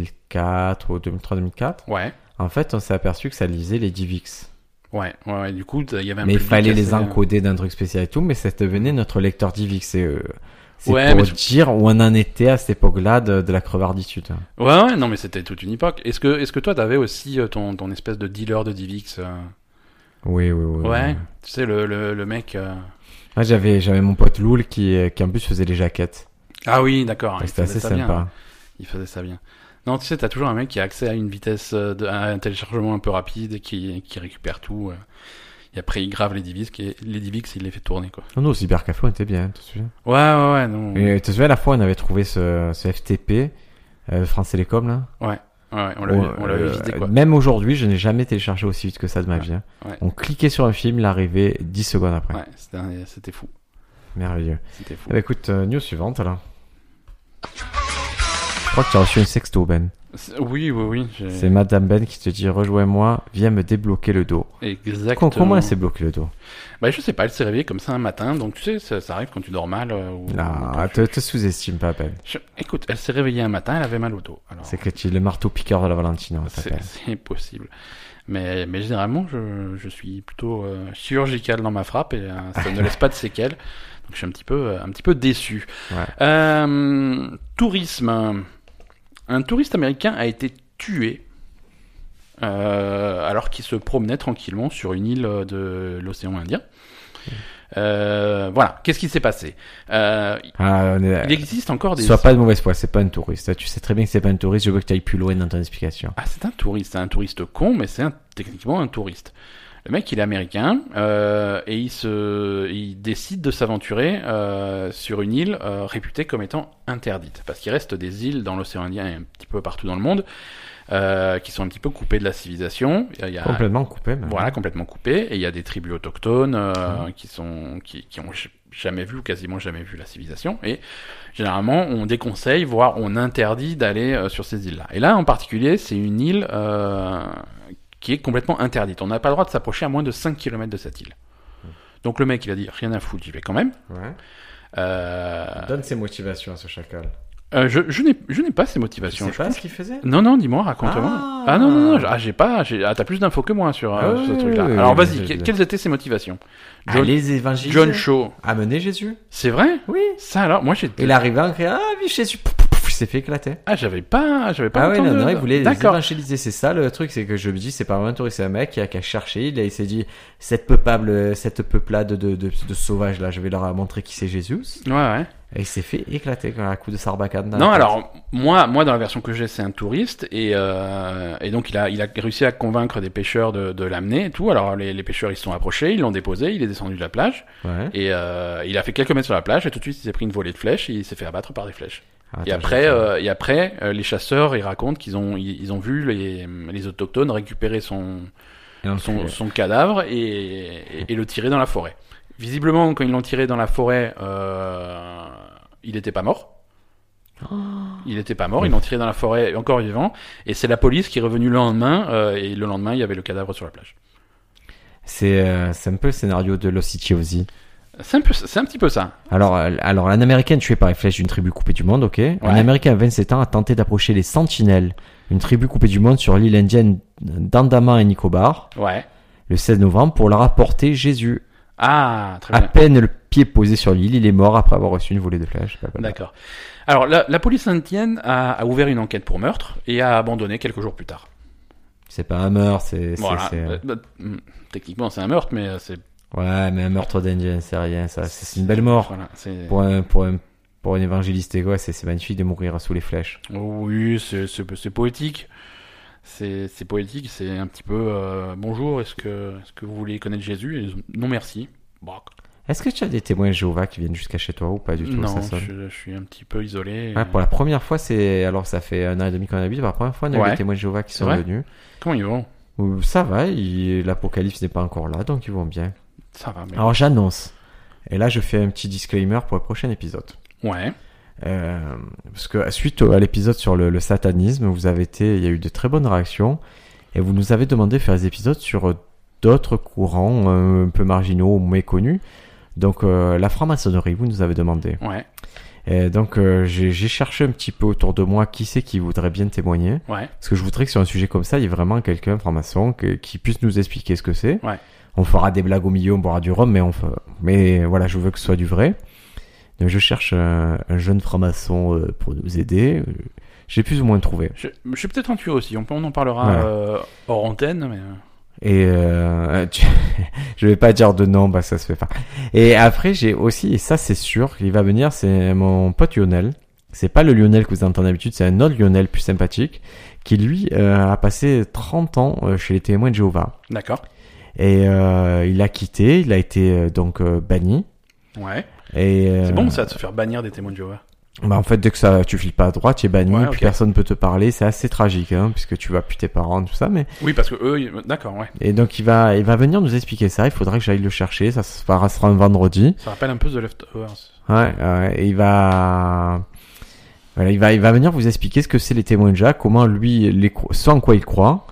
Speaker 2: 2004 ou 2003-2004.
Speaker 1: Ouais,
Speaker 2: En fait, on s'est aperçu que ça lisait les DivX.
Speaker 1: ouais, ouais, ouais. Du coup, il y avait un
Speaker 2: mais il
Speaker 1: public
Speaker 2: fallait les
Speaker 1: assez, euh,
Speaker 2: encoder d'un truc spécial et tout, mais ça devenait notre lecteur DivX. C'est euh, c'est
Speaker 1: Ouais,
Speaker 2: pour
Speaker 1: mais je-
Speaker 2: dire où on en était à cette époque-là de, de la crevarditude.
Speaker 1: Ouais, ouais, non, mais c'était toute une époque. Est-ce que, est-ce que toi, t'avais aussi euh, ton, ton espèce de dealer de Divix euh,
Speaker 2: Oui, oui, oui.
Speaker 1: Ouais, tu sais, le, le, le mec. euh,
Speaker 2: Moi, j'avais j'avais mon pote Loul qui, euh, qui en plus faisait les jaquettes.
Speaker 1: Ah oui, d'accord.
Speaker 2: Donc,
Speaker 1: il
Speaker 2: C'était
Speaker 1: faisait
Speaker 2: assez
Speaker 1: ça
Speaker 2: sympa.
Speaker 1: Bien. Il faisait ça bien. Non, tu sais, t'as toujours un mec qui a accès à une vitesse, euh, de, à un téléchargement un peu rapide et qui, qui récupère tout. euh. Et après, il grave les Divix, et les Divix, il les fait tourner, quoi.
Speaker 2: Non, non, au cybercafé, on était bien, tu te souviens
Speaker 1: Ouais, ouais, ouais, non.
Speaker 2: Et tu te souviens, à la fois, on avait trouvé ce, ce FTP, euh, France Télécom, là
Speaker 1: Ouais, ouais, on l'a
Speaker 2: Où,
Speaker 1: eu- on l'a eu
Speaker 2: euh,
Speaker 1: visité, quoi.
Speaker 2: Même aujourd'hui, je n'ai jamais téléchargé aussi vite que ça de ma vie. hein.
Speaker 1: ouais.
Speaker 2: On cliquait sur un film, l'arrivée 10 secondes après.
Speaker 1: Ouais, c'était, un- c'était fou.
Speaker 2: Merveilleux.
Speaker 1: C'était fou.
Speaker 2: Eh ben, écoute, euh, news suivante, alors. Je crois que tu as reçu une sexto, Ben.
Speaker 1: C'est- Oui, oui, oui. j'ai-
Speaker 2: C'est Madame Ben qui te dit Rejoins-moi, viens me débloquer le dos.
Speaker 1: Exactement.
Speaker 2: Comment elle s'est bloquée le dos
Speaker 1: Bah, je sais pas, elle s'est réveillée comme ça un matin, donc tu sais, ça, ça arrive quand tu dors mal. euh, ou, ou quand
Speaker 2: Ah,
Speaker 1: tu-
Speaker 2: te, te sous-estime pas, Ben.
Speaker 1: Je- Écoute, elle s'est réveillée un matin, elle avait mal au dos. Alors,
Speaker 2: C'est que tu es le marteau-piqueur de la Valentine, hein, on
Speaker 1: c'est
Speaker 2: s'appelle.
Speaker 1: c'est possible. Mais, mais généralement, je, je suis plutôt euh, chirurgical dans ma frappe et euh, ça ne laisse pas de séquelles. Donc je suis un petit peu, euh, un petit peu déçu.
Speaker 2: Ouais.
Speaker 1: Euh, tourisme. Un touriste américain a été tué euh, alors qu'il se promenait tranquillement sur une île euh, de l'océan Indien. Euh, voilà, qu'est-ce qui s'est passé Euh,
Speaker 2: Ah, on est-
Speaker 1: Il existe encore des...
Speaker 2: Sois pas de mauvaise foi, c'est pas un touriste. Tu sais très bien que c'est pas un touriste, je veux que tu ailles plus loin dans ton explication.
Speaker 1: Ah, c'est un touriste, c'est un touriste con, mais c'est un- techniquement un touriste. Le mec, il est américain euh, et il se, il décide de s'aventurer euh, sur une île euh, réputée comme étant interdite, parce qu'il reste des îles dans l'océan Indien et un petit peu partout dans le monde euh, qui sont un petit peu coupées de la civilisation. Il y a-
Speaker 2: Complètement coupé, même.
Speaker 1: Ah. voilà, complètement coupées. Et il y a des tribus autochtones euh,
Speaker 2: Mhm.
Speaker 1: qui sont, qui, qui ont j- jamais vu ou quasiment jamais vu la civilisation. Et généralement, on déconseille, voire on interdit d'aller euh, sur ces îles-là. Et là, en particulier, c'est une île euh, qui est complètement interdite. On n'a pas le droit de s'approcher à moins de 5 km de cette île.
Speaker 2: Mhm.
Speaker 1: Donc le mec, il a dit rien à foutre, j'y vais quand même.
Speaker 2: Ouais.
Speaker 1: Euh,
Speaker 2: Donne ses motivations à ce chacal.
Speaker 1: euh, je je n'ai- je n'ai pas ces
Speaker 2: Tu
Speaker 1: motivations.
Speaker 2: sais pas ce qu'il faisait
Speaker 1: Non, non, dis-moi, raconte-moi.
Speaker 2: Ah.
Speaker 1: Ah, non, non, non, j- ah, j'ai pas. j'ai- Ah, t'as plus d'infos que moi sur, euh,
Speaker 2: Ah
Speaker 1: sur ce
Speaker 2: oui,
Speaker 1: truc-là.
Speaker 2: oui, oui,
Speaker 1: Alors
Speaker 2: oui,
Speaker 1: vas-y,
Speaker 2: oui,
Speaker 1: que-
Speaker 2: oui.
Speaker 1: quelles étaient ses motivations
Speaker 2: Ah,
Speaker 1: John,
Speaker 2: les évangéliser.
Speaker 1: John Shaw,
Speaker 2: Amener Jésus.
Speaker 1: c'est vrai
Speaker 2: Oui.
Speaker 1: Ça alors, moi j'ai.
Speaker 2: Il arrivait en criant Ah, vive Jésus Pouf, pouf, pouf, Il s'est fait éclater.
Speaker 1: Ah, j'avais pas, j'avais pas
Speaker 2: Ah ouais,
Speaker 1: entendu.
Speaker 2: non, non, il voulait les
Speaker 1: D'accord.
Speaker 2: évangéliser. C'est ça le truc, c'est que je me dis, c'est pas vraiment un touriste, c'est un mec qui a, qui a cherché. Il, a- il s'est dit Cette peuplable, cette peuplade de, de, de sauvages là, je vais leur montrer qui c'est Jésus.
Speaker 1: Ouais, ouais.
Speaker 2: Et il s'est fait éclater quand un coup de sarbacane. dans la
Speaker 1: Non,
Speaker 2: tête.
Speaker 1: alors moi, moi dans la version que j'ai, c'est un touriste et, euh, et donc il a, il a réussi à convaincre des pêcheurs de, de l'amener et tout. Alors les, les pêcheurs ils se sont approchés, ils l'ont déposé, il est descendu de la plage
Speaker 2: Ouais.
Speaker 1: et euh, il a fait quelques mètres sur la plage et tout de suite il s'est pris une volée de flèches et il s'est fait abattre par des flèches.
Speaker 2: Ah,
Speaker 1: Et
Speaker 2: attends,
Speaker 1: après,
Speaker 2: je-
Speaker 1: euh, et après euh, les chasseurs, ils racontent qu'ils ont, ils, ils ont vu les, les autochtones récupérer son,
Speaker 2: Et on
Speaker 1: son,
Speaker 2: fait-
Speaker 1: son cadavre et, et- et le tirer dans la forêt. Visiblement, quand ils l'ont tiré dans la forêt, euh, il n'était pas mort. Il n'était pas mort, ils l'ont tiré dans la forêt encore vivant. Et c'est la police qui est revenue le lendemain. euh, et le lendemain, il y avait le cadavre sur la plage.
Speaker 2: C'est euh, c'est un peu le scénario de Los Itiosi.
Speaker 1: C'est un, peu- c'est un petit peu ça.
Speaker 2: Alors, euh, alors un Américain tué par les flèches d'une tribu coupée du monde, ok. Un Américain à 27 ans a tenté d'approcher les Sentinelles, une tribu coupée du monde sur l'île indienne d'Andaman et Nicobar,
Speaker 1: Ouais.
Speaker 2: le 16 novembre, pour leur apporter Jésus.
Speaker 1: Ah, très
Speaker 2: À
Speaker 1: bien.
Speaker 2: peine le pied posé sur l'île, il est mort après avoir reçu une volée de flèches. Bah,
Speaker 1: D'accord. Alors, la, la police indienne a- a ouvert une enquête pour meurtre et a abandonné quelques jours plus tard.
Speaker 2: C'est pas un meurtre, c'est. c'est-
Speaker 1: Voilà.
Speaker 2: c'est-
Speaker 1: Euh, bah, mm, techniquement, c'est un meurtre, mais euh, c'est.
Speaker 2: Ouais, mais un meurtre d'Indien, c'est rien, ça. bah, C'est c'est une belle mort.
Speaker 1: Voilà, c'est-
Speaker 2: Pour un, pour un, pour un évangéliste égoïste, c'est c'est magnifique de mourir sous les flèches.
Speaker 1: Oui, c'est- c'est c'est poétique. C'est c'est poétique, c'est un petit peu euh, bonjour, est-ce que, est que vous voulez connaître Jésus Et ils ont- Non, merci. Bah,
Speaker 2: Est-ce que tu as des témoins Jéhovah qui viennent jusqu'à chez toi ou pas du tout
Speaker 1: non,
Speaker 2: ça sonne Ah,
Speaker 1: je, je suis un petit peu isolé.
Speaker 2: Ouais, pour la première fois, c'est. Alors, ça fait un an et demi qu'on habite. Pour la première fois, on a eu
Speaker 1: Ouais.
Speaker 2: des témoins de Jéhovah qui sont
Speaker 1: vrai
Speaker 2: venus.
Speaker 1: Comment ils vont
Speaker 2: Ouh, Ça va, il- l'apocalypse n'est pas encore là, donc ils vont bien.
Speaker 1: Ça va, mais.
Speaker 2: Alors, j'annonce. Et là, je fais un petit disclaimer pour le prochain épisode.
Speaker 1: Ouais,
Speaker 2: Euh, parce que suite au- à l'épisode sur le, le satanisme, vous avez été, il y a eu de très bonnes réactions et vous nous avez demandé de faire des épisodes sur euh, d'autres courants euh, un peu marginaux ou méconnus. Donc euh, la franc-maçonnerie, vous nous avez demandé.
Speaker 1: ouais,
Speaker 2: Et donc euh, j'ai j'ai cherché un petit peu autour de moi qui c'est qui voudrait bien témoigner.
Speaker 1: ouais.
Speaker 2: Parce que je voudrais que sur un sujet comme ça, il y ait vraiment quelqu'un, franc-maçon, que- qui puisse nous expliquer ce que c'est.
Speaker 1: Ouais.
Speaker 2: On fera des blagues au milieu, on boira du rhum, mais, on fa- mais voilà, je veux que ce soit du vrai. Donc je cherche un, un jeune franc-maçon euh, pour nous aider. Euh, J'ai plus ou moins trouvé.
Speaker 1: Je, je suis peut-être un tuyau aussi, on, peut- on en parlera
Speaker 2: Voilà.
Speaker 1: euh, hors antenne, mais. euh,
Speaker 2: Et euh, tu- je vais pas dire de nom, bah ça se fait pas. Et après, j'ai aussi, et ça c'est sûr, il va venir, c'est mon pote Lionel. C'est pas le Lionel que vous entendez d'habitude, c'est un autre Lionel plus sympathique, qui lui euh, a passé 30 ans euh, chez les témoins de Jéhovah.
Speaker 1: D'accord.
Speaker 2: Et euh, il a quitté, il a été euh, donc euh, banni.
Speaker 1: Ouais.
Speaker 2: Et euh,
Speaker 1: C'est bon, ça, de se faire bannir des témoins de Jéhovah.
Speaker 2: Bah en fait, dès que ça, tu files pas à droite, tu es banni,
Speaker 1: Ouais,
Speaker 2: puis
Speaker 1: ok.
Speaker 2: personne peut te parler. C'est assez tragique, hein, puisque tu vas plus tes parents, tout ça. Mais
Speaker 1: Oui, parce que eux, ils- d'accord, ouais.
Speaker 2: et donc il va, il va venir nous expliquer ça. Il faudra que j'aille le chercher. Ça se fera sera un vendredi.
Speaker 1: Ça rappelle un peu The Leftovers.
Speaker 2: Ouais, ouais, et il va. Voilà, il va, il va venir vous expliquer ce que c'est les témoins de Jacques, comment lui, les, cro- ce en quoi il croit,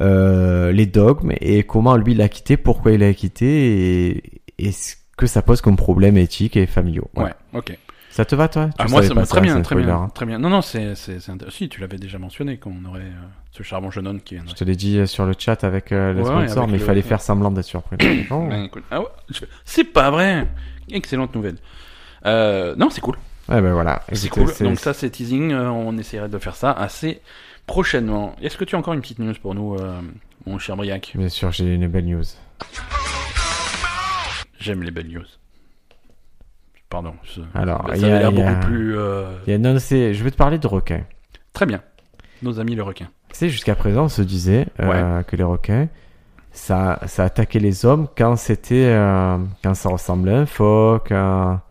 Speaker 2: euh, les dogmes, et comment lui l'a quitté, pourquoi il l'a quitté, et, et ce que ça pose comme problème éthique et familiaux.
Speaker 1: Ouais,
Speaker 2: Voilà.
Speaker 1: ok.
Speaker 2: Ça te va, toi Tu
Speaker 1: Ah, moi,
Speaker 2: savais
Speaker 1: ça
Speaker 2: pas
Speaker 1: me- très
Speaker 2: ça, c'est
Speaker 1: bien,
Speaker 2: un
Speaker 1: très bien,
Speaker 2: spoiler, hein.
Speaker 1: très bien. Non, non, c'est, c'est, c'est intér- Si, tu l'avais déjà mentionné qu'on aurait euh, ce charmant jeune homme qui viendrait.
Speaker 2: Je te l'ai dit euh, sur le chat avec euh, les
Speaker 1: Ouais,
Speaker 2: sponsors,
Speaker 1: avec
Speaker 2: mais il
Speaker 1: le-
Speaker 2: fallait faire semblant d'être surpris. Oh.
Speaker 1: Ben, écoute, ah ouais, je- C'est pas vrai. Excellente nouvelle. Euh, non, c'est cool.
Speaker 2: Ouais, ben voilà.
Speaker 1: C'est
Speaker 2: Écoutez,
Speaker 1: cool.
Speaker 2: c'est-
Speaker 1: Donc ça, c'est teasing. euh, on essaierait de faire ça assez prochainement. Est-ce que tu as encore une petite news pour nous, euh, mon cher Briac
Speaker 2: Bien sûr, j'ai une belle news.
Speaker 1: J'aime les belles news. Pardon. je-
Speaker 2: Alors,
Speaker 1: ça
Speaker 2: il y a-
Speaker 1: avait l'air
Speaker 2: il y a-
Speaker 1: beaucoup plus... euh,
Speaker 2: Il y a- non, c'est- je vais te parler de requins.
Speaker 1: Très bien. Nos amis le requin.
Speaker 2: Tu sais, jusqu'à présent, on se disait euh, que les requins, ça, ça attaquait les hommes quand c'était, euh, quand ça ressemblait à un phoque, à-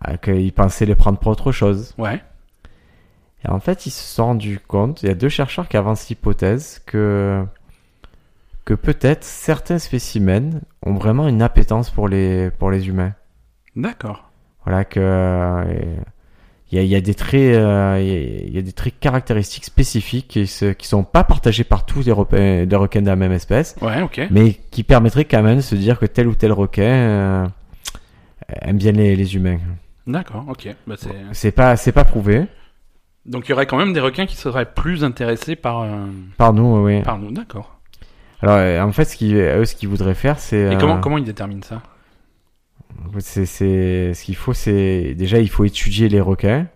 Speaker 2: à- qu'ils pensaient les prendre pour autre chose.
Speaker 1: Ouais.
Speaker 2: Et en fait, ils se sont rendus compte, il y a deux chercheurs qui avancent l'hypothèse que, que peut-être certains spécimens ont vraiment une appétence pour les, pour les humains.
Speaker 1: D'accord.
Speaker 2: Voilà que euh, il il y a, il y a des traits, euh, il y a- il y a des traits caractéristiques spécifiques qui, se, qui sont pas partagés par tous les, requins- les requins de la même espèce,
Speaker 1: Ouais, ok.
Speaker 2: mais qui permettraient quand même de se dire que tel ou tel requin euh, aime bien les, les humains.
Speaker 1: D'accord, ok. Bah, c'est-
Speaker 2: C'est pas, c'est pas prouvé
Speaker 1: Donc il y aurait quand même des requins qui seraient plus intéressés par, euh,
Speaker 2: par nous, oui.
Speaker 1: par nous, d'accord.
Speaker 2: Alors euh, en fait, ce qui, eux, ce qu'ils voudraient faire, c'est
Speaker 1: Et
Speaker 2: euh,
Speaker 1: comment, comment ils déterminent ça
Speaker 2: c'est, c'est ce qu'il faut, c'est déjà il faut étudier les requins.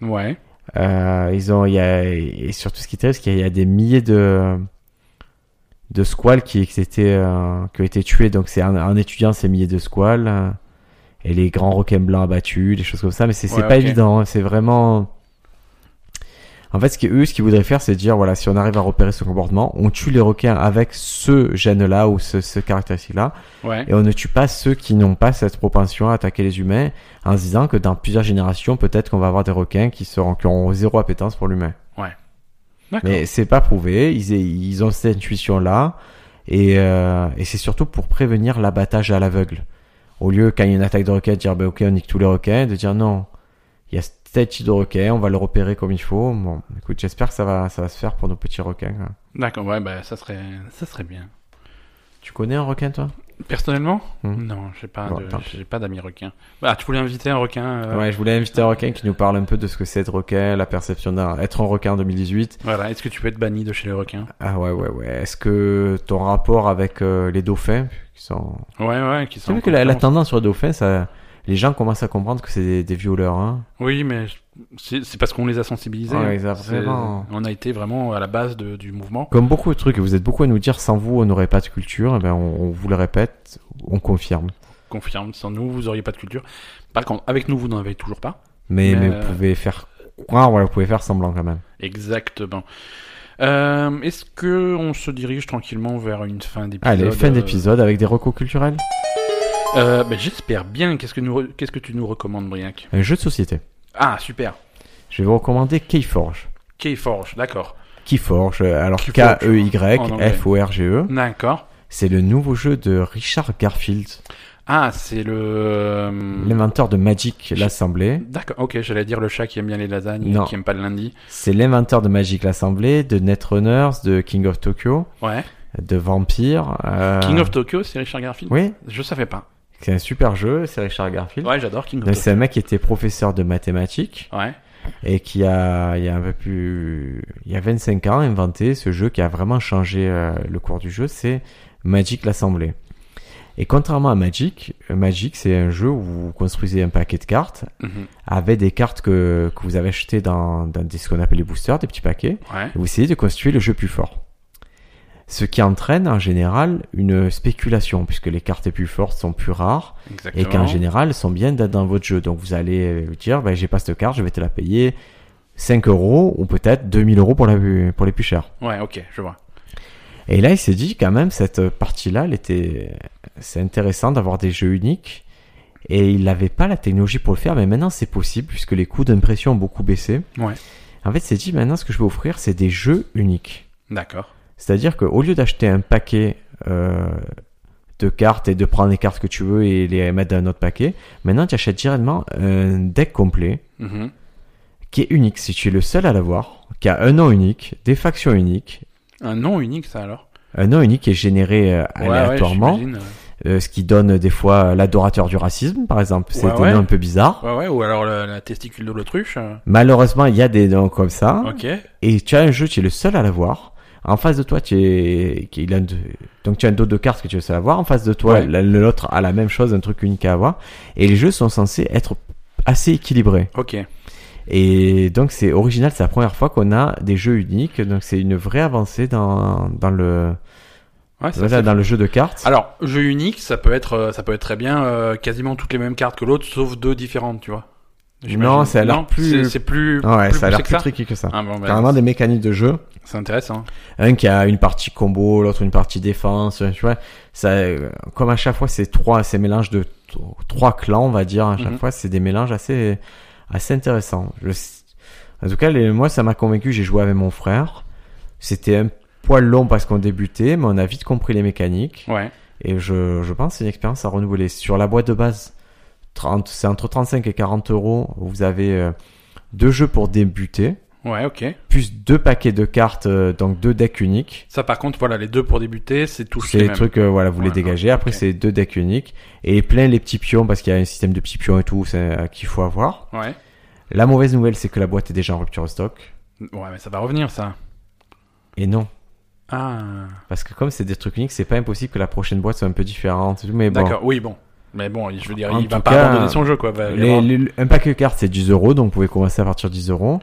Speaker 1: Ouais.
Speaker 2: Euh, ils ont, il y a, et surtout ce qui est terrible, c'est qu'il y a des milliers de de squales qui, qui étaient euh, qui ont été tués. Donc c'est en, en étudiant ces milliers de squales euh, et les grands requins blancs abattus, des choses comme ça. Mais c'est, c'est
Speaker 1: Ouais,
Speaker 2: pas
Speaker 1: ok.
Speaker 2: évident. hein. C'est vraiment. En fait, ce qu'eux, ce qu'ils voudraient faire, c'est dire voilà, si on arrive à repérer ce comportement, on tue les requins avec ce gène-là ou ce, ce caractéristique-là,
Speaker 1: Ouais.
Speaker 2: et on ne tue pas ceux qui n'ont pas cette propension à attaquer les humains, en se disant que dans plusieurs générations, peut-être qu'on va avoir des requins qui seront, qui auront zéro appétence pour l'humain.
Speaker 1: D'accord.
Speaker 2: Mais c'est pas prouvé, ils, ils ont cette intuition-là, et, euh, et c'est surtout pour prévenir l'abattage à l'aveugle. Au lieu, quand il y a une attaque de requin, de dire, ben, ok, on nique tous les requins, de dire, non, il y a tel type de requin, on va le repérer comme il faut. Bon, écoute, j'espère que ça va, ça va se faire pour nos petits requins. hein. quoi.
Speaker 1: D'accord, ouais, bah ça serait, ça serait bien.
Speaker 2: Tu connais un requin, toi
Speaker 1: Personnellement
Speaker 2: Hmm.
Speaker 1: Non, j'ai pas,
Speaker 2: Bon,
Speaker 1: de-
Speaker 2: tant pis.
Speaker 1: j'ai pas d'amis requins. Bah, tu voulais inviter un requin euh,
Speaker 2: Ouais, je voulais inviter un requin qui nous parle un peu de ce que c'est être requin, la perception d'un être un requin en 2018.
Speaker 1: Voilà, est-ce que tu peux être banni de chez les requins
Speaker 2: Ah ouais, ouais, ouais. Est-ce que ton rapport avec euh, les dauphins, qui sont...
Speaker 1: Ouais, ouais, qui
Speaker 2: Tu
Speaker 1: sont.
Speaker 2: vu
Speaker 1: en
Speaker 2: que la, la
Speaker 1: concurrence.
Speaker 2: tendance sur les dauphins, ça... les gens commencent à comprendre que c'est des, des violeurs. Hein.
Speaker 1: Oui, mais je- c'est c'est parce qu'on les a sensibilisés.
Speaker 2: Ouais,
Speaker 1: hein.
Speaker 2: exactement.
Speaker 1: C'est- On a été vraiment à la base de- du mouvement.
Speaker 2: Comme beaucoup de trucs, vous êtes beaucoup à nous dire, sans vous, on n'aurait pas de culture. Eh ben, on, on vous le répète, on confirme.
Speaker 1: Confirme, sans nous, vous auriez pas de culture. Par contre, avec nous, vous n'en avez toujours pas.
Speaker 2: Mais,
Speaker 1: Mais,
Speaker 2: mais
Speaker 1: euh,
Speaker 2: vous pouvez faire croire, voilà, vous pouvez faire semblant quand même.
Speaker 1: Exactement. Euh, Est-ce que on se dirige tranquillement vers une fin d'épisode
Speaker 2: Allez, fin
Speaker 1: euh,
Speaker 2: d'épisode avec des recos culturels.
Speaker 1: euh, ben, J'espère bien. Qu'est-ce que, nous... qu'est-ce que tu nous recommandes, Briac
Speaker 2: Un jeu de société.
Speaker 1: Ah, super.
Speaker 2: Je vais vous recommander Keyforge.
Speaker 1: Keyforge, d'accord.
Speaker 2: Keyforge, euh, alors
Speaker 1: Keyforge, en anglais.
Speaker 2: K-E-Y-F-O-R-G-E.
Speaker 1: D'accord.
Speaker 2: E. C'est le nouveau jeu de Richard Garfield,
Speaker 1: Ah, c'est le.
Speaker 2: l'inventeur de Magic l'Assemblée.
Speaker 1: D'accord, ok, j'allais dire le chat qui aime bien les lasagnes
Speaker 2: Non.
Speaker 1: et qui aime pas le lundi.
Speaker 2: C'est l'inventeur de Magic l'Assemblée, de Netrunners, de King of Tokyo,
Speaker 1: Ouais.
Speaker 2: de Vampire. euh,
Speaker 1: King of Tokyo, c'est Richard Garfield
Speaker 2: Oui,
Speaker 1: Je savais pas.
Speaker 2: c'est un super jeu, c'est Richard Garfield.
Speaker 1: Ouais, j'adore King
Speaker 2: Donc,
Speaker 1: of
Speaker 2: C'est un mec qui était professeur de mathématiques
Speaker 1: Tokyo. Ouais.
Speaker 2: et qui a, il y a un peu plus, il y a 25 ans, inventé ce jeu qui a vraiment changé euh, le cours du jeu, c'est Magic l'Assemblée. Et contrairement à Magic, euh, Magic c'est un jeu où vous construisez un paquet de cartes
Speaker 1: Mhm.
Speaker 2: avec des cartes que, que vous avez achetées dans, dans des, ce qu'on appelle les boosters, des petits paquets,
Speaker 1: Ouais.
Speaker 2: et vous essayez de constituer le jeu plus fort. Ce qui entraîne en général une spéculation, puisque les cartes les plus fortes sont plus rares,
Speaker 1: Exactement.
Speaker 2: et qu'en général sont bien dans- dans votre jeu. Donc vous allez vous dire, bah, j'ai pas cette carte, je vais te la payer 5 euros, ou peut-être 2000 euros pour, la, plus- pour les plus chères.
Speaker 1: Ouais, ok, je vois.
Speaker 2: Et là, il s'est dit quand même cette partie-là, elle était, c'est intéressant d'avoir des jeux uniques. Et il n'avait pas la technologie pour le faire, mais maintenant c'est possible puisque les coûts d'impression ont beaucoup baissé.
Speaker 1: Ouais.
Speaker 2: En fait, il s'est dit maintenant ce que je vais offrir, c'est des jeux uniques.
Speaker 1: D'accord.
Speaker 2: C'est-à-dire qu'au lieu d'acheter un paquet euh, de cartes et de prendre les cartes que tu veux et les mettre dans un autre paquet, maintenant tu achètes directement un deck complet
Speaker 1: Mhm.
Speaker 2: qui est unique. Si tu es le seul à l'avoir, qui a un nom unique, des factions uniques,
Speaker 1: Un nom unique, ça alors
Speaker 2: un nom unique qui est généré euh,
Speaker 1: Ouais, ouais,
Speaker 2: aléatoirement.
Speaker 1: j'imagine, euh.
Speaker 2: Euh, ce qui donne des fois l'adorateur du racisme, par exemple. C'est
Speaker 1: Ouais,
Speaker 2: des
Speaker 1: ouais.
Speaker 2: noms un peu bizarres.
Speaker 1: Ouais, ouais, ou alors le- la testicule de l'autruche. euh.
Speaker 2: Ah. Malheureusement, il y a des noms comme ça.
Speaker 1: Ok.
Speaker 2: Et tu as un jeu, tu es le seul à l'avoir. En face de toi, tu es, qui- il a un de- donc tu as un dos de cartes que tu es le seul à avoir. En face de toi,
Speaker 1: Ouais.
Speaker 2: la- l'autre a la même chose, un truc unique à avoir. Et les jeux sont censés être assez équilibrés.
Speaker 1: Ok.
Speaker 2: Et donc c'est original, c'est la première fois qu'on a des jeux uniques. Donc c'est une vraie avancée dans, dans le,
Speaker 1: Ouais, Ah, ça,
Speaker 2: voilà,
Speaker 1: c'est-
Speaker 2: dans le jeu de cartes.
Speaker 1: Alors, jeu unique, ça peut être, euh, ça peut être très bien euh, quasiment toutes les mêmes cartes que l'autre, sauf deux différentes, tu vois. J'imagine.
Speaker 2: Non, ça a l'air
Speaker 1: Non, c'est-
Speaker 2: plus-
Speaker 1: C'est plus.
Speaker 2: ouais,
Speaker 1: Ah, plus
Speaker 2: ça a l'air
Speaker 1: poussé que
Speaker 2: plus
Speaker 1: ça.
Speaker 2: tricky que ça.
Speaker 1: Ah, bon, bah,
Speaker 2: Carrément des mécaniques de jeu.
Speaker 1: c'est intéressant.
Speaker 2: un qui a une partie combo, l'autre une partie défense, tu vois. Ça, euh, comme à chaque fois, c'est trois, ces mélanges de t- trois clans, on va dire. À chaque
Speaker 1: Mhm.
Speaker 2: fois, c'est des mélanges assez, assez intéressants. Je, en tout cas, les, moi, ça m'a convaincu. J'ai joué avec mon frère. C'était un poil long parce qu'on débutait, mais on a vite compris les mécaniques.
Speaker 1: hein. Ouais.
Speaker 2: Et je, je pense que c'est une expérience à renouveler. Sur la boîte de base, 30 c'est entre 35 et 40 euros. Vous avez euh, deux jeux pour débuter,
Speaker 1: Ouais, ok.
Speaker 2: plus deux paquets de cartes, euh, donc deux decks uniques.
Speaker 1: Ça, par contre, voilà, les deux pour débuter, c'est tous
Speaker 2: C'est
Speaker 1: les
Speaker 2: les
Speaker 1: mêmes.
Speaker 2: trucs, euh, voilà, vous les
Speaker 1: Ouais,
Speaker 2: dégagez. Après,
Speaker 1: ok.
Speaker 2: c'est deux decks uniques et plein les petits pions parce qu'il y a un système de petits pions et tout c'est, euh, qu'il faut avoir.
Speaker 1: Ouais.
Speaker 2: La mauvaise nouvelle, c'est que la boîte est déjà en rupture de stock.
Speaker 1: Ouais, mais ça va revenir, ça.
Speaker 2: Et non,
Speaker 1: Ah.
Speaker 2: parce que comme c'est des trucs uniques, c'est pas impossible que la prochaine boîte soit un peu différente. et tout, Mais bon,
Speaker 1: D'accord, oui, bon. Mais bon, je veux dire,
Speaker 2: En
Speaker 1: il va
Speaker 2: tout
Speaker 1: pas
Speaker 2: cas,
Speaker 1: abandonner son jeu, quoi. Va- il va
Speaker 2: Les-
Speaker 1: avoir-
Speaker 2: les- un paquet de cartes, c'est 10 euros, donc vous pouvez commencer à partir de 10 euros.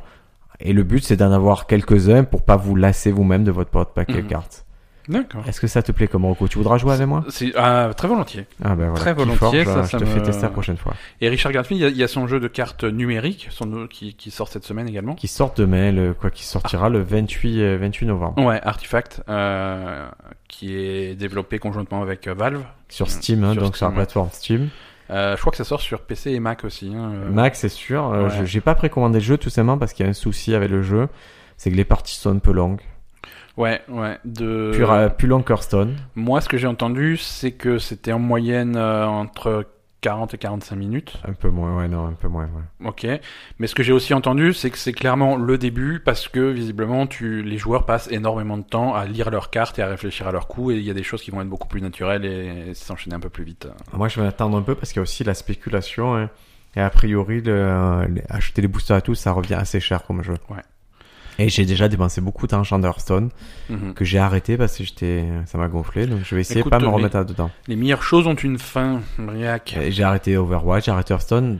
Speaker 2: Et le but, c'est d'en avoir quelques-uns pour pas vous lasser vous-même de votre propre paquet
Speaker 1: Mhm.
Speaker 2: de cartes.
Speaker 1: D'accord.
Speaker 2: Est-ce que ça te plaît comme Rocco Tu voudras jouer avec moi
Speaker 1: C'est- ah, très volontiers.
Speaker 2: Ah ben voilà.
Speaker 1: Très
Speaker 2: Keyforge,
Speaker 1: volontiers, ça,
Speaker 2: je
Speaker 1: ça
Speaker 2: te
Speaker 1: me-
Speaker 2: fais tester la prochaine fois.
Speaker 1: Et Richard Garfield, il y a- il y, a son jeu de cartes numériques son, qui, qui sort cette semaine également.
Speaker 2: Qui sort demain, le, quoi, qui sortira le 28, euh, 28 novembre.
Speaker 1: Ouais, Artifact, euh, qui est développé conjointement avec euh, Valve.
Speaker 2: Sur Steam, hein,
Speaker 1: Sur
Speaker 2: donc sur
Speaker 1: Steam,
Speaker 2: la
Speaker 1: ouais.
Speaker 2: plateforme Steam.
Speaker 1: Euh, je crois que ça sort sur PC et Mac aussi. hein, euh.
Speaker 2: Mac, c'est sûr. euh,
Speaker 1: ouais.
Speaker 2: je- J'ai pas précommandé le jeu tout simplement parce qu'il y a un souci avec le jeu. C'est que les parties sont un peu longues.
Speaker 1: Ouais, ouais. De...
Speaker 2: Plus, ra- plus longues qu'Hearthstone.
Speaker 1: Moi, ce que j'ai entendu, c'est que c'était en moyenne euh, entre 40 et 45 minutes.
Speaker 2: Un peu moins, ouais, non, un peu moins, ouais.
Speaker 1: Ok. Mais ce que j'ai aussi entendu, c'est que c'est clairement le début parce que visiblement, tu, les joueurs passent énormément de temps à lire leurs cartes et à réfléchir à leurs coups. Et il y a des choses qui vont être beaucoup plus naturelles et, et s'enchaîner un peu plus vite.
Speaker 2: Moi, je vais attendre un peu parce qu'il y a aussi la spéculation. hein. Et a priori, le- les- acheter les boosters à tout, ça revient assez cher comme jeu.
Speaker 1: Ouais.
Speaker 2: Et j'ai déjà dépensé beaucoup d'argent de Hearthstone
Speaker 1: Mhm.
Speaker 2: que j'ai arrêté parce que j'étais, ça m'a gonflé. Donc, je vais essayer de
Speaker 1: Écoute,
Speaker 2: pas me
Speaker 1: les-
Speaker 2: remettre dedans.
Speaker 1: Les meilleures choses ont une fin, Briac.
Speaker 2: J'ai arrêté Overwatch, j'ai arrêté Hearthstone.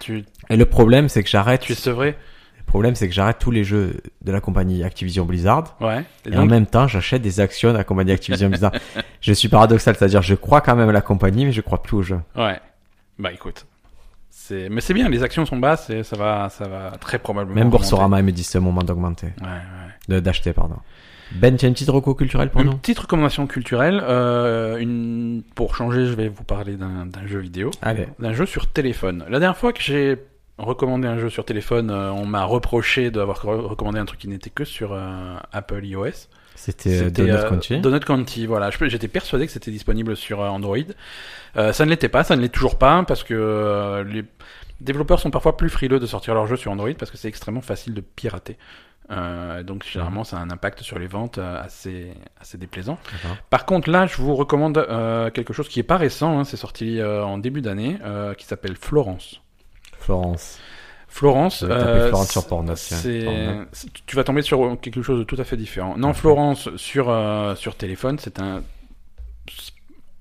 Speaker 1: Tu,
Speaker 2: Et le problème, c'est que j'arrête.
Speaker 1: tu es sevré
Speaker 2: Le problème, c'est que j'arrête tous les jeux de la compagnie Activision Blizzard.
Speaker 1: Ouais. Et
Speaker 2: Et, en
Speaker 1: donc,
Speaker 2: même temps, j'achète des actions de la compagnie Activision Blizzard. je suis paradoxal, c'est-à-dire, je crois quand même à la compagnie, mais je crois plus au jeu.
Speaker 1: Ouais. Bah écoute. C'est... Mais c'est bien, les actions sont basses et ça va, ça va très probablement.
Speaker 2: Même
Speaker 1: remonter.
Speaker 2: Boursorama, ils me disent c'est le moment d'augmenter.
Speaker 1: Ouais, ouais.
Speaker 2: De- d'acheter pardon. Ben, tu as une petite reco culturelle pour
Speaker 1: Une
Speaker 2: nous
Speaker 1: petite recommandation culturelle. euh, une... Pour changer, je vais vous parler d'un, d'un jeu vidéo.
Speaker 2: Allez.
Speaker 1: D'un jeu sur téléphone. La dernière fois que j'ai recommandé un jeu sur téléphone, euh, on m'a reproché d'avoir re- recommandé un truc qui n'était que sur euh, Apple iOS.
Speaker 2: C'était Donut
Speaker 1: euh,
Speaker 2: Crunchy.
Speaker 1: Donut County, voilà. Je peux- J'étais persuadé que c'était disponible sur euh, Android. Euh, ça ne l'était pas, ça ne l'est toujours pas, parce que euh, les développeurs sont parfois plus frileux de sortir leurs jeux sur Android parce que c'est extrêmement facile de pirater. Euh, donc généralement ça a un impact sur les ventes euh, assez, assez déplaisant.
Speaker 2: D'accord.
Speaker 1: Par contre là je vous recommande euh, quelque chose qui est pas récent, hein, c'est sorti euh, en début d'année, euh, qui s'appelle Florence.
Speaker 2: Florence.
Speaker 1: Florence,
Speaker 2: Je vais taper
Speaker 1: euh,
Speaker 2: Florence sur Pornhub, tiens.
Speaker 1: c'est-
Speaker 2: Pornhub.
Speaker 1: c'est- tu vas tomber sur quelque chose de tout à fait différent. Non,
Speaker 2: Ok.
Speaker 1: Florence sur euh, sur téléphone, c'est un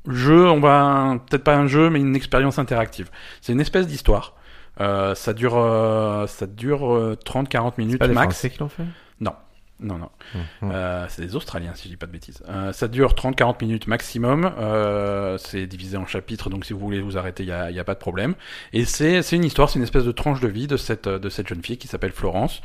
Speaker 1: jeu, on va peut-être pas un jeu, mais une expérience interactive. C'est une espèce d'histoire. Euh, ça dure euh, ça dure 30-40 minutes
Speaker 2: Pas les
Speaker 1: max. Euh,
Speaker 2: Français qui l'ont fait
Speaker 1: Non non,
Speaker 2: Mhm.
Speaker 1: Euh, c'est des Australiens si je dis pas de bêtises. Euh, ça dure 30-40 minutes maximum. Euh, c'est divisé en chapitres, donc si vous voulez vous arrêter, il y a, y a pas de problème. Et c'est c'est une histoire, c'est une espèce de tranche de vie de cette de cette jeune fille qui s'appelle Florence.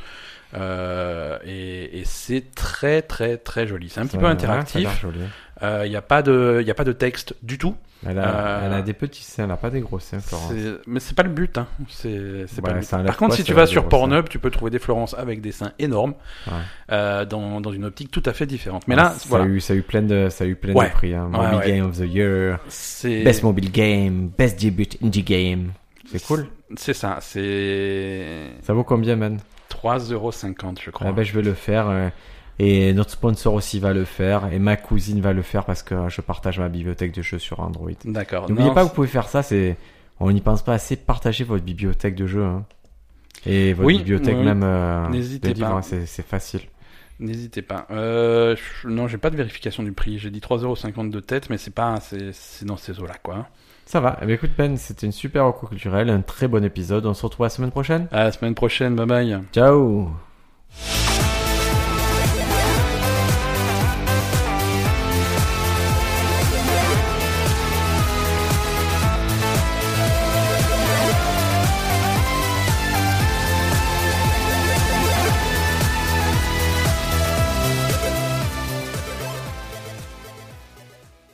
Speaker 1: Euh, et et c'est très très très joli. C'est un petit
Speaker 2: Ça-
Speaker 1: peu
Speaker 2: ouais,
Speaker 1: interactif. Euh,
Speaker 2: ça a l'air joli.
Speaker 1: Il n'y a pas de y a pas de texte du tout.
Speaker 2: Elle a,
Speaker 1: Euh,
Speaker 2: elle a des petits seins, elle a pas des gros seins, Florence.
Speaker 1: C'est- Mais c'est pas le but. Hein. C'est c'est pas
Speaker 2: Ouais,
Speaker 1: le
Speaker 2: ça
Speaker 1: but.
Speaker 2: enlève
Speaker 1: Par contre,
Speaker 2: quoi,
Speaker 1: si
Speaker 2: ça
Speaker 1: tu
Speaker 2: enlève
Speaker 1: vas
Speaker 2: des
Speaker 1: sur
Speaker 2: grosses
Speaker 1: Pornhub, tu peux trouver des Florence avec des seins énormes
Speaker 2: Ouais.
Speaker 1: euh, dans, dans une optique tout à fait différente. Mais
Speaker 2: Ouais,
Speaker 1: là,
Speaker 2: Ah, ça,
Speaker 1: voilà.
Speaker 2: a eu, ça a eu plein de, ça a eu plein
Speaker 1: Ouais.
Speaker 2: de prix. Hein. Mobile
Speaker 1: ouais.
Speaker 2: Game of the Year,
Speaker 1: C'est
Speaker 2: Best Mobile Game, Best Debut Indie Game. C'est cool.
Speaker 1: C'est ça, c'est
Speaker 2: Ça vaut combien, man
Speaker 1: 3,50€ je crois.
Speaker 2: Ah ben, je vais le faire. euh, Et notre sponsor aussi va le faire. Et ma cousine va le faire parce que euh, je partage ma bibliothèque de jeux sur Android.
Speaker 1: D'accord.
Speaker 2: N'oubliez
Speaker 1: Non,
Speaker 2: pas,
Speaker 1: c'est-
Speaker 2: vous pouvez faire ça. C'est, on n'y pense pas assez. Partagez votre bibliothèque de jeux hein. et votre
Speaker 1: Oui,
Speaker 2: bibliothèque
Speaker 1: oui,
Speaker 2: même euh,
Speaker 1: N'hésitez
Speaker 2: de livres,
Speaker 1: pas.
Speaker 2: hein, c'est, c'est facile.
Speaker 1: N'hésitez pas. Euh, je- Non, j'ai pas de vérification du prix. J'ai dit 3,50€ de tête, mais c'est pas, c'est c'est dans ces eaux-là quoi.
Speaker 2: Ça va. Eh bien, écoute Ben, c'était une super reco culturelle, un très bon épisode. On se retrouve la semaine prochaine.
Speaker 1: À la semaine prochaine, bye bye.
Speaker 2: Ciao.